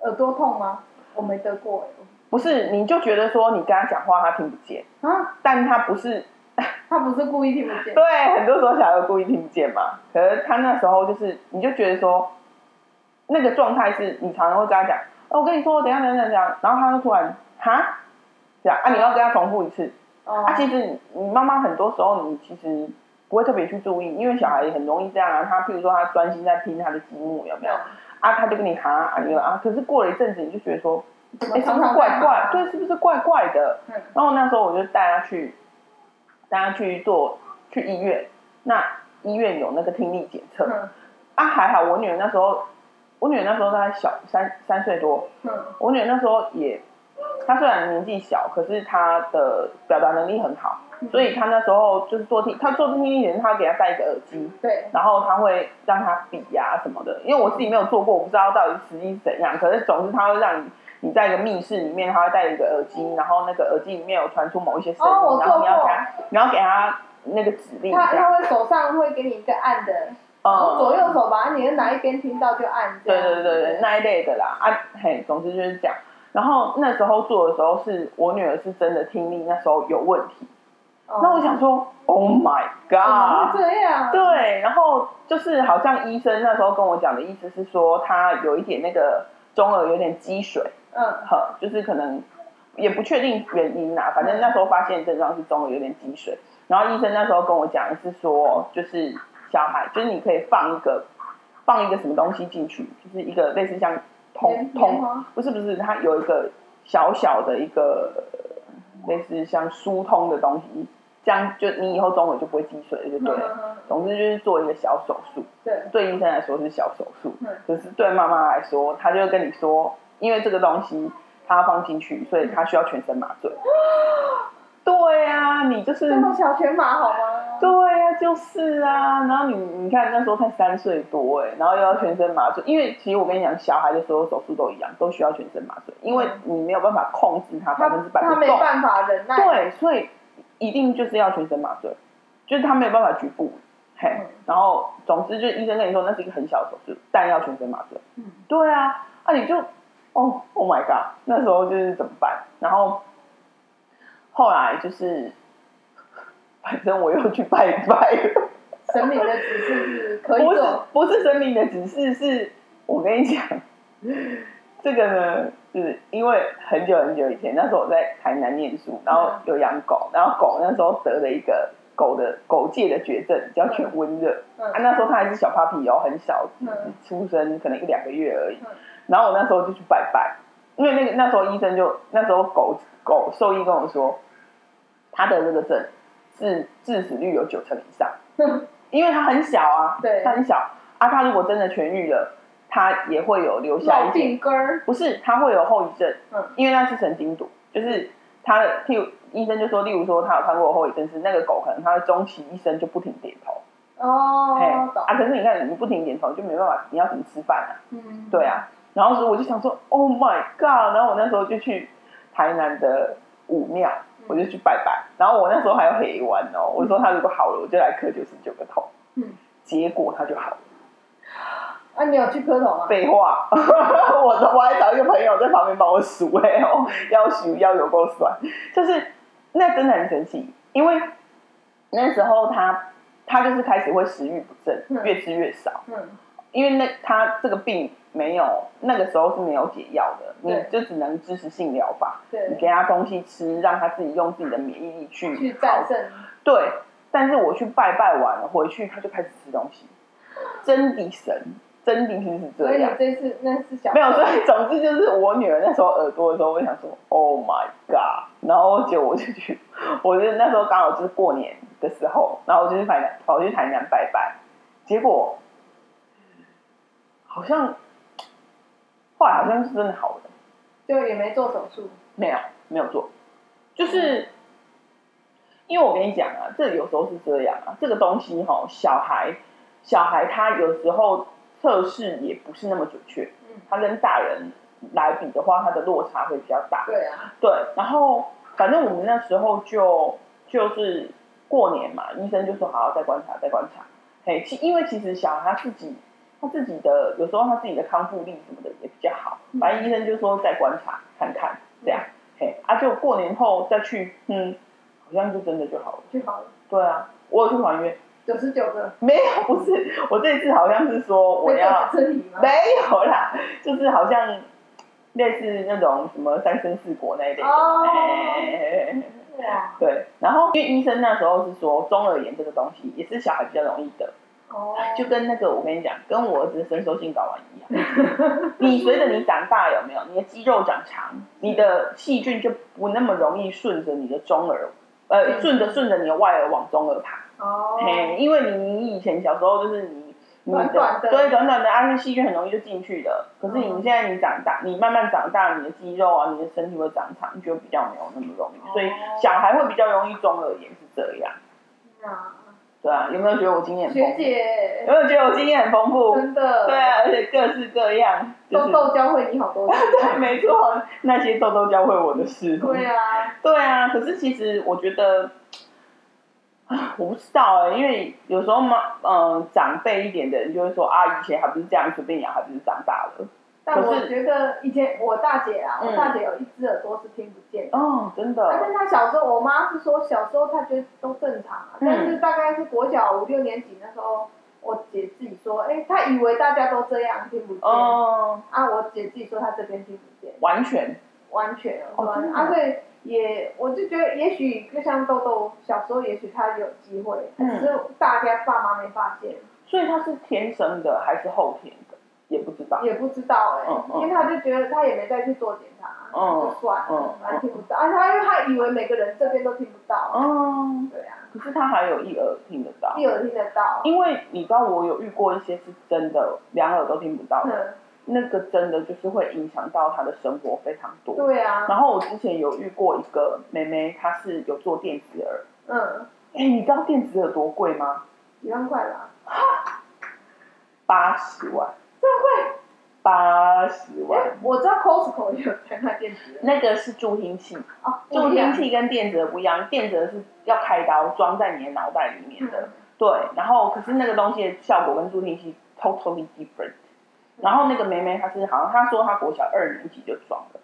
Speaker 3: 耳朵痛吗？我没得过哎、
Speaker 2: 不是你就觉得说你跟她讲话她听不见，
Speaker 3: 啊，
Speaker 2: 但她不是
Speaker 3: 他不是故意听不见，
Speaker 2: 对，很多时候小孩会故意听不见嘛。可是他那时候就是，你就觉得说，那个状态是你常常会跟他讲，哦，我跟你说，等一下等一下等一下，然后他就突然哈，这样啊，你要跟他重复一次。
Speaker 3: 哦
Speaker 2: 啊，其实你你妈妈很多时候你其实不会特别去注意，因为小孩也很容易这样啊。他譬如说他专心在听他的积木有没有啊，他就跟你哈啊，你就啊，可是过了一阵子你就觉得说，
Speaker 3: 怎么
Speaker 2: 哎，是
Speaker 3: 常
Speaker 2: 不是
Speaker 3: 常
Speaker 2: 怪
Speaker 3: 这样
Speaker 2: 怪
Speaker 3: 啊？
Speaker 2: 对，是不是怪怪的？
Speaker 3: 嗯
Speaker 2: 然后那时候我就带他去，带他去做去医院。那医院有那个听力检测、
Speaker 3: 嗯
Speaker 2: 啊，还好我女儿那时候，我女儿那时候大概小三三岁多，
Speaker 3: 嗯
Speaker 2: 我女儿那时候也，她虽然年纪小，可是她的表达能力很好，
Speaker 3: 嗯
Speaker 2: 所以她那时候就是做听，她做听力检测，她给她戴一个耳机，
Speaker 3: 对，
Speaker 2: 然后他会让他比呀、什么的，因为我自己没有做过，我不知道到底实际是怎样。可是总之他会让你你在一个密室里面，他会戴一个耳机，然后那个耳机里面有传出某一些声音，
Speaker 3: 哦我
Speaker 2: 然后你
Speaker 3: 做过
Speaker 2: 要给他，你要给他那个指令
Speaker 3: 他
Speaker 2: 嗯这
Speaker 3: 他
Speaker 2: 样。
Speaker 3: 会手上会给你一个按的，
Speaker 2: 嗯，
Speaker 3: 左右手吧，你的哪一边听到就按这
Speaker 2: 对
Speaker 3: 样。
Speaker 2: 对对对，那一类的啦啊，嘿，总之就是这样。然后那时候做的时候是我女儿是真的听力那时候有问题，
Speaker 3: 哦
Speaker 2: 那我想说，Oh my
Speaker 3: 怎
Speaker 2: god！
Speaker 3: 么会这样？
Speaker 2: 对，然后就是好像医生那时候跟我讲的意思是说，他有一点那个中耳有点积水，
Speaker 3: 嗯
Speaker 2: 呵，就是可能也不确定原因啦、反正那时候发现症状是中耳有点积水。然后医生那时候跟我讲的是说，就是小孩，就是你可以放一个放一个什么东西进去，就是一个类似像
Speaker 3: 棉
Speaker 2: 通
Speaker 3: 棉
Speaker 2: 通
Speaker 3: 花，
Speaker 2: 不是不是，它有一个小小的一个呃类似像疏通的东西，这样就你以后中耳就不会积水了，就对了。
Speaker 3: 嗯嗯嗯
Speaker 2: 总之就是做一个小手术，
Speaker 3: 对，
Speaker 2: 对医生来说是小手术，
Speaker 3: 嗯
Speaker 2: 可是对妈妈来说，她就会跟你说，因为这个东西她要放进去，所以她需要全身麻
Speaker 3: (gasps)
Speaker 2: 醉。对呀、你就是
Speaker 3: 这么小全麻好吗？
Speaker 2: 对呀、就是啊。然后你你看那时候才三岁多哎、然后又要全身麻醉，因为其实我跟你讲，小孩的所有手术都一样，都需要全身麻醉，因为你没有办法控制他百
Speaker 3: 他
Speaker 2: 分之百
Speaker 3: 他
Speaker 2: 不
Speaker 3: 没
Speaker 2: 动。
Speaker 3: 办法忍耐。
Speaker 2: 对，所以一定就是要全身麻醉，就是他没有办法局部。嘿，
Speaker 3: 嗯
Speaker 2: 然后总之就是医生跟你说那是一个很小的手术，但要全身麻醉。
Speaker 3: 嗯
Speaker 2: 对啊，啊你就哦，Oh my god，那时候就是怎么办？然后后来就是， (laughs) 反正我又去拜拜了，
Speaker 3: 神明的指示是可以
Speaker 2: 不是
Speaker 3: 做，
Speaker 2: 不是神明的指示，是我跟你讲， (laughs) 这个呢，就是因为很久很久以前，那时候我在台南念书，然后有养狗，然后狗那时候得了一个狗的狗界的绝症，叫犬瘟热。
Speaker 3: 嗯
Speaker 2: 啊，那时候它还是小 puppy 哦，很小，
Speaker 3: 嗯
Speaker 2: 出生可能一两个月而已
Speaker 3: 嗯。
Speaker 2: 然后我那时候就去拜拜，因为那个那时候医生就那时候狗狗兽医跟我说，它的这个症致致死率有九成以
Speaker 3: (laughs)
Speaker 2: 上。因为它很小啊，
Speaker 3: 对
Speaker 2: 它很小啊，它如果真的痊愈了，它也会有留下
Speaker 3: 老
Speaker 2: 一些，
Speaker 3: 病根儿。
Speaker 2: 不是，它会有后遗症，
Speaker 3: 嗯
Speaker 2: 因为那是神经毒，就是它的，譬如医生就说，例如说他有看过后遗症是那个狗可能它的中期医生就不停点头，嘿
Speaker 3: 哦，懂。
Speaker 2: 啊，可是你看你不停点头就没办法，你要怎么吃饭啊？
Speaker 3: 嗯，
Speaker 2: 对啊，然后所以我就想说，Oh my god！然后我那时候就去台南的武庙，
Speaker 3: 嗯
Speaker 2: 我就去拜拜。然后我那时候还有黑丸哦，我说他如果好了，我就来磕九十九个头。
Speaker 3: 嗯，
Speaker 2: 结果他就好了。
Speaker 3: 啊，你有去磕头吗？
Speaker 2: 废话， (laughs) 我我还找一个朋友在旁边帮我数哎、哦，要数要有够酸，就是那真的很神奇，因为那时候他他就是开始会食欲不振，
Speaker 3: 嗯
Speaker 2: 越吃越少。
Speaker 3: 嗯
Speaker 2: 因为那他这个病没有那个时候是没有解药的，你
Speaker 3: 对
Speaker 2: 就只能支持性疗法，你给
Speaker 3: 对，
Speaker 2: 他东西吃，让他自己用自己的免疫力去
Speaker 3: 去
Speaker 2: 好
Speaker 3: 战胜，
Speaker 2: 对，但是我去拜拜完了回去，他就开始吃东西，真的神，真的是
Speaker 3: 所
Speaker 2: 这
Speaker 3: 以你
Speaker 2: 样。
Speaker 3: 这次那是
Speaker 2: (laughs)
Speaker 3: 小
Speaker 2: 没有，所以总之就是我女儿那时候耳朵的时候，我就想说，Oh my god！然后结果我就去，我就那时候刚好就是过年的时候，然后我就去台南，跑去台南拜拜，结果好像后来好像是真的好了，
Speaker 3: 就也没做手术，
Speaker 2: 没有没有做，就是因为我跟你讲啊，这有时候是这样啊，这个东西哈、小孩小孩他有时候测试也不是那么准确。
Speaker 3: 嗯，
Speaker 2: 他跟大人来比的话，他的落差会比较大。
Speaker 3: 对啊，
Speaker 2: 对，然后反正我们那时候就就是过年嘛，医生就说好，再观察，再观察。嘿，其因为其实小孩他自己他自己的有时候他自己的康复力什么的也比较好，
Speaker 3: 嗯
Speaker 2: 反正医生就说再观察看看这样。嘿，啊，就过年后再去，嗯，好像就真的就好了。
Speaker 3: 就好了，
Speaker 2: 对啊，我有去还愿，
Speaker 3: 九十九个，
Speaker 2: 没有，不是，我这次好像是说我
Speaker 3: 会
Speaker 2: 要
Speaker 3: 做这里吗？
Speaker 2: (laughs) 没有啦，就是好像类似那种什么三生四果那一类的。
Speaker 3: 哦
Speaker 2: 哎
Speaker 3: 哇，
Speaker 2: (laughs) 对，然后因为医生那时候是说中耳炎这个东西也是小孩比较容易得，
Speaker 3: 哦，
Speaker 2: 就跟那个我跟你讲，跟我儿子的伸缩性睾丸一样。你随着你长大有没有，你的肌肉长长，你的细菌就不那么容易顺着你的中耳，呃，
Speaker 3: 嗯
Speaker 2: 顺着顺着你的外耳往中耳爬。
Speaker 3: 哦，
Speaker 2: 嘿，因为你你以前小时候就是你你
Speaker 3: 短短的
Speaker 2: 对短短的，啊，那细菌很容易就进去了。可是你
Speaker 3: 嗯
Speaker 2: 现在你长大，你慢慢长大，你的肌肉啊，你的身体会长长，就比较没有那么容易，所以
Speaker 3: 哦
Speaker 2: 小孩会比较容易中耳炎是这样，
Speaker 3: 啊，
Speaker 2: 对啊，有没有觉得我经验很丰
Speaker 3: 学
Speaker 2: 富？
Speaker 3: 姐
Speaker 2: 有，没有觉得我经验很丰富？
Speaker 3: 真的，
Speaker 2: 哦对啊，而且各式各样，就
Speaker 3: 豆
Speaker 2: 是
Speaker 3: 豆教会你好多事，
Speaker 2: (laughs) 对， (laughs) 没错，那些豆豆教会我的事。
Speaker 3: 对啊，
Speaker 2: 对啊，可是其实我觉得，啊我不知道哎、因为有时候嘛，嗯、长辈一点的人就会说啊，以前还不是这样随便养，还不是长大了。
Speaker 3: 但
Speaker 2: 可
Speaker 3: 我
Speaker 2: 是
Speaker 3: 觉得以前我大姐啊，
Speaker 2: 嗯
Speaker 3: 我大姐有一只耳朵是听不见的。
Speaker 2: 哦，真
Speaker 3: 啊，
Speaker 2: 的，
Speaker 3: 但她小时候，我妈是说小时候她觉得都正常啊，
Speaker 2: 嗯
Speaker 3: 但是大概是国小五六年级那时候，我姐自己说，哎、她以为大家都这样听不见，
Speaker 2: 哦，
Speaker 3: 啊，我姐自己说她这边听不见，
Speaker 2: 完全，
Speaker 3: 完全有
Speaker 2: 哦
Speaker 3: 关、
Speaker 2: 真的
Speaker 3: 啊，所以也我就觉得，也许就像豆豆小时候，也许她有机会，
Speaker 2: 嗯
Speaker 3: 只是大家爸妈没发现，
Speaker 2: 所以他是天生的还是后天的，也不知道。
Speaker 3: 也不知道哎、
Speaker 2: 嗯嗯
Speaker 3: 因为她就觉得她也没再去做检查，
Speaker 2: 嗯
Speaker 3: 就算了
Speaker 2: 嗯，
Speaker 3: 反正听不到，啊，她因为她以为每个人这边都听不到，
Speaker 2: 哦，
Speaker 3: 对啊，
Speaker 2: 可是他还有一耳听得到，
Speaker 3: 一耳听得到，
Speaker 2: 因为你知道我有遇过一些是真的两耳都听不到的，
Speaker 3: 嗯，
Speaker 2: 那个真的就是会影响到他的生活非常多。
Speaker 3: 对啊，
Speaker 2: 然后我之前有遇过一个妹妹，她是有做电子耳。
Speaker 3: 嗯，
Speaker 2: 哎，你知道电子耳多贵吗？
Speaker 3: 几万块吧，
Speaker 2: 八十万，
Speaker 3: 这么
Speaker 2: 八十
Speaker 3: 贵，哎
Speaker 2: 万。，
Speaker 3: 我知道 Costco 也有在卖电池的，
Speaker 2: 那个是助听器，
Speaker 3: 哦，
Speaker 2: 助
Speaker 3: 不一
Speaker 2: 听
Speaker 3: 样
Speaker 2: 器跟电子耳不一样，电子耳是要开刀装在你的脑袋里面的。
Speaker 3: 嗯
Speaker 2: 对，然后可是那个东西的效果跟助听器 totally different。然后那个梅梅她是好像她说她国小二年级就装了，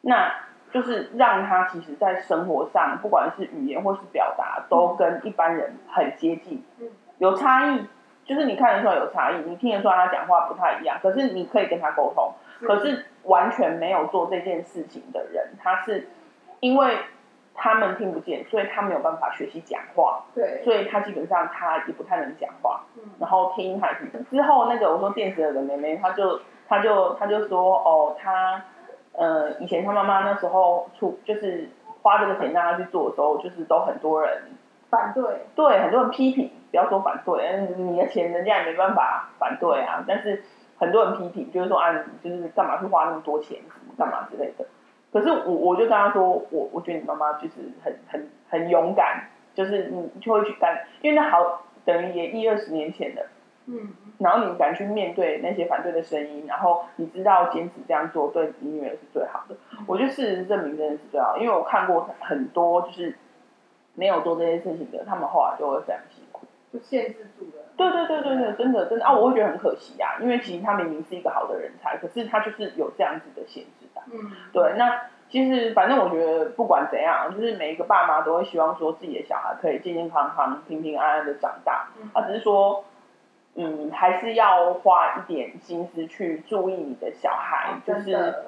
Speaker 2: 那就是让她其实在生活上，不管是语言或是表达，都跟一般人很接近。
Speaker 3: 嗯
Speaker 2: 有差异，就是你看得出来有差异，你听得出来他讲话不太一样，可是你可以跟他沟通。可是完全没有做这件事情的人，他是因为他们听不见，所以他没有办法学习讲话，
Speaker 3: 对，
Speaker 2: 所以他基本上他也不太能讲话。
Speaker 3: 嗯，
Speaker 2: 然后听还是之后那个我说电子耳的妹妹，她就她就她就说哦，她呃以前她妈妈那时候出就是花这个钱让她去做的时候，就是都很多人
Speaker 3: 反对，
Speaker 2: 对，很多人批评，不要说反对，嗯你的钱人家也没办法反对啊。但是很多人批评，就是说啊，你就是干嘛去花那么多钱，干嘛之类的。可是我我就跟他说，我我觉得你妈妈就是很很很勇敢，就是你就会去干，因为那好等于也一二十年前的，
Speaker 3: 嗯嗯
Speaker 2: 然后你敢去面对那些反对的声音，然后你知道坚持这样做对你女儿是最好的。我觉得事实证明真的是最好，因为我看过很多就是没有做这些事情的，他们后来就会非常辛苦。
Speaker 3: 就限制住了，
Speaker 2: 对对对对对，真的真的啊，我会觉得很可惜啊，因为其实他明明是一个好的人才，可是他就是有这样子的限制啊。
Speaker 3: 嗯，
Speaker 2: 对，那其实反正我觉得不管怎样，就是每一个爸妈都会希望说自己的小孩可以健健康康、平平安安的长大。
Speaker 3: 嗯
Speaker 2: 啊，只是说嗯，还是要花一点心思去注意你的小孩，就
Speaker 3: 哦真
Speaker 2: 是
Speaker 3: 的，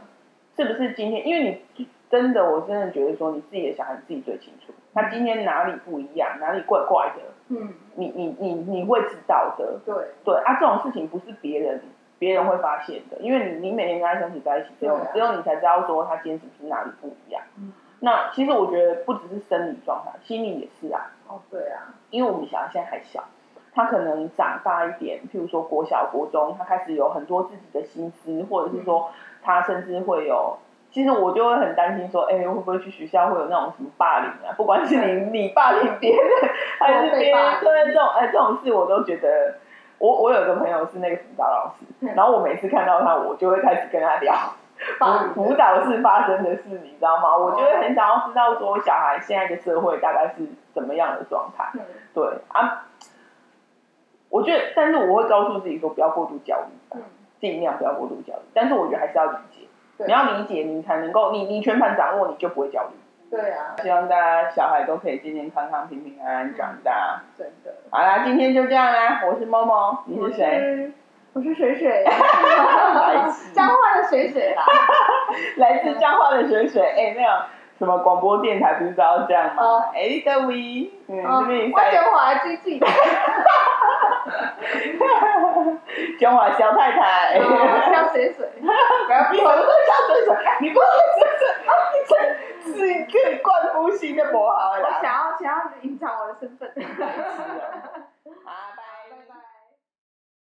Speaker 2: 是不是今天，因为你真的，我真的觉得说你自己的小孩你自己最清楚，他今天哪里不一样，哪里怪怪的，
Speaker 3: 嗯，
Speaker 2: 你你你你会知道的。
Speaker 3: 对，
Speaker 2: 对啊，这种事情不是别人别人会发现的，因为你你每天跟他相处在一起，只有
Speaker 3: 对啊
Speaker 2: 只有你才知道说他今天是不是哪里不一样。
Speaker 3: 嗯，
Speaker 2: 那其实我觉得不只是生理状态，心理也是啊，
Speaker 3: 哦，对啊，
Speaker 2: 因为我们小孩现在还小，他可能长大一点，譬如说国小、国中，他开始有很多自己的心思，或者
Speaker 3: 嗯
Speaker 2: 是说他甚至会有。其实我就会很担心说，哎、会不会去学校会有那种什么霸凌啊？不管是你你霸凌
Speaker 3: (laughs)
Speaker 2: 别人，还是别
Speaker 3: 被霸
Speaker 2: 人
Speaker 3: 凌
Speaker 2: 对这种哎、这种事，我都觉得。我我有个朋友是那个辅导老师，
Speaker 3: 嗯
Speaker 2: 然后我每次看到他，我就会开始跟他聊
Speaker 3: 霸凌
Speaker 2: 辅辅导室发生的事，你知道吗？我就会很想要知道说小孩现在的社会大概是怎么样的状态。
Speaker 3: 嗯
Speaker 2: 对啊，我觉得，但是我会告诉自己说，不要过度焦虑
Speaker 3: 嗯，，
Speaker 2: 尽量不要过度焦虑。但是我觉得还是要理解，
Speaker 3: 对
Speaker 2: 你要理解，你才能够，你你全盘掌握，你就不会焦虑。
Speaker 3: 对啊，
Speaker 2: 希望大家小孩都可以健健康康、平平安安长大。
Speaker 3: 真的。
Speaker 2: 好啦，今天就这样啦。我是猫猫，你
Speaker 3: 我
Speaker 2: 是谁？
Speaker 3: 是我是水水，
Speaker 2: 痴
Speaker 3: 彰化的水
Speaker 2: (laughs)
Speaker 3: 水啦。
Speaker 2: 来自彰化的水水。哎、那个什么广播电台不是都要这样吗
Speaker 3: 哦？
Speaker 2: 哎、各位，嗯，
Speaker 3: 哦
Speaker 2: 这边也
Speaker 3: 我
Speaker 2: 在
Speaker 3: 中华哦的
Speaker 2: (laughs)
Speaker 3: 基地，
Speaker 2: 中华小太太。 (laughs)
Speaker 3: 哦像水水，
Speaker 2: 不要逼我，我笑嘴唇，你不要嘴唇，这是一个灌夫心的不好
Speaker 3: 我
Speaker 2: 啦
Speaker 3: (laughs)
Speaker 2: (laughs)
Speaker 3: 想。要想要隐藏我的身份。 (laughs)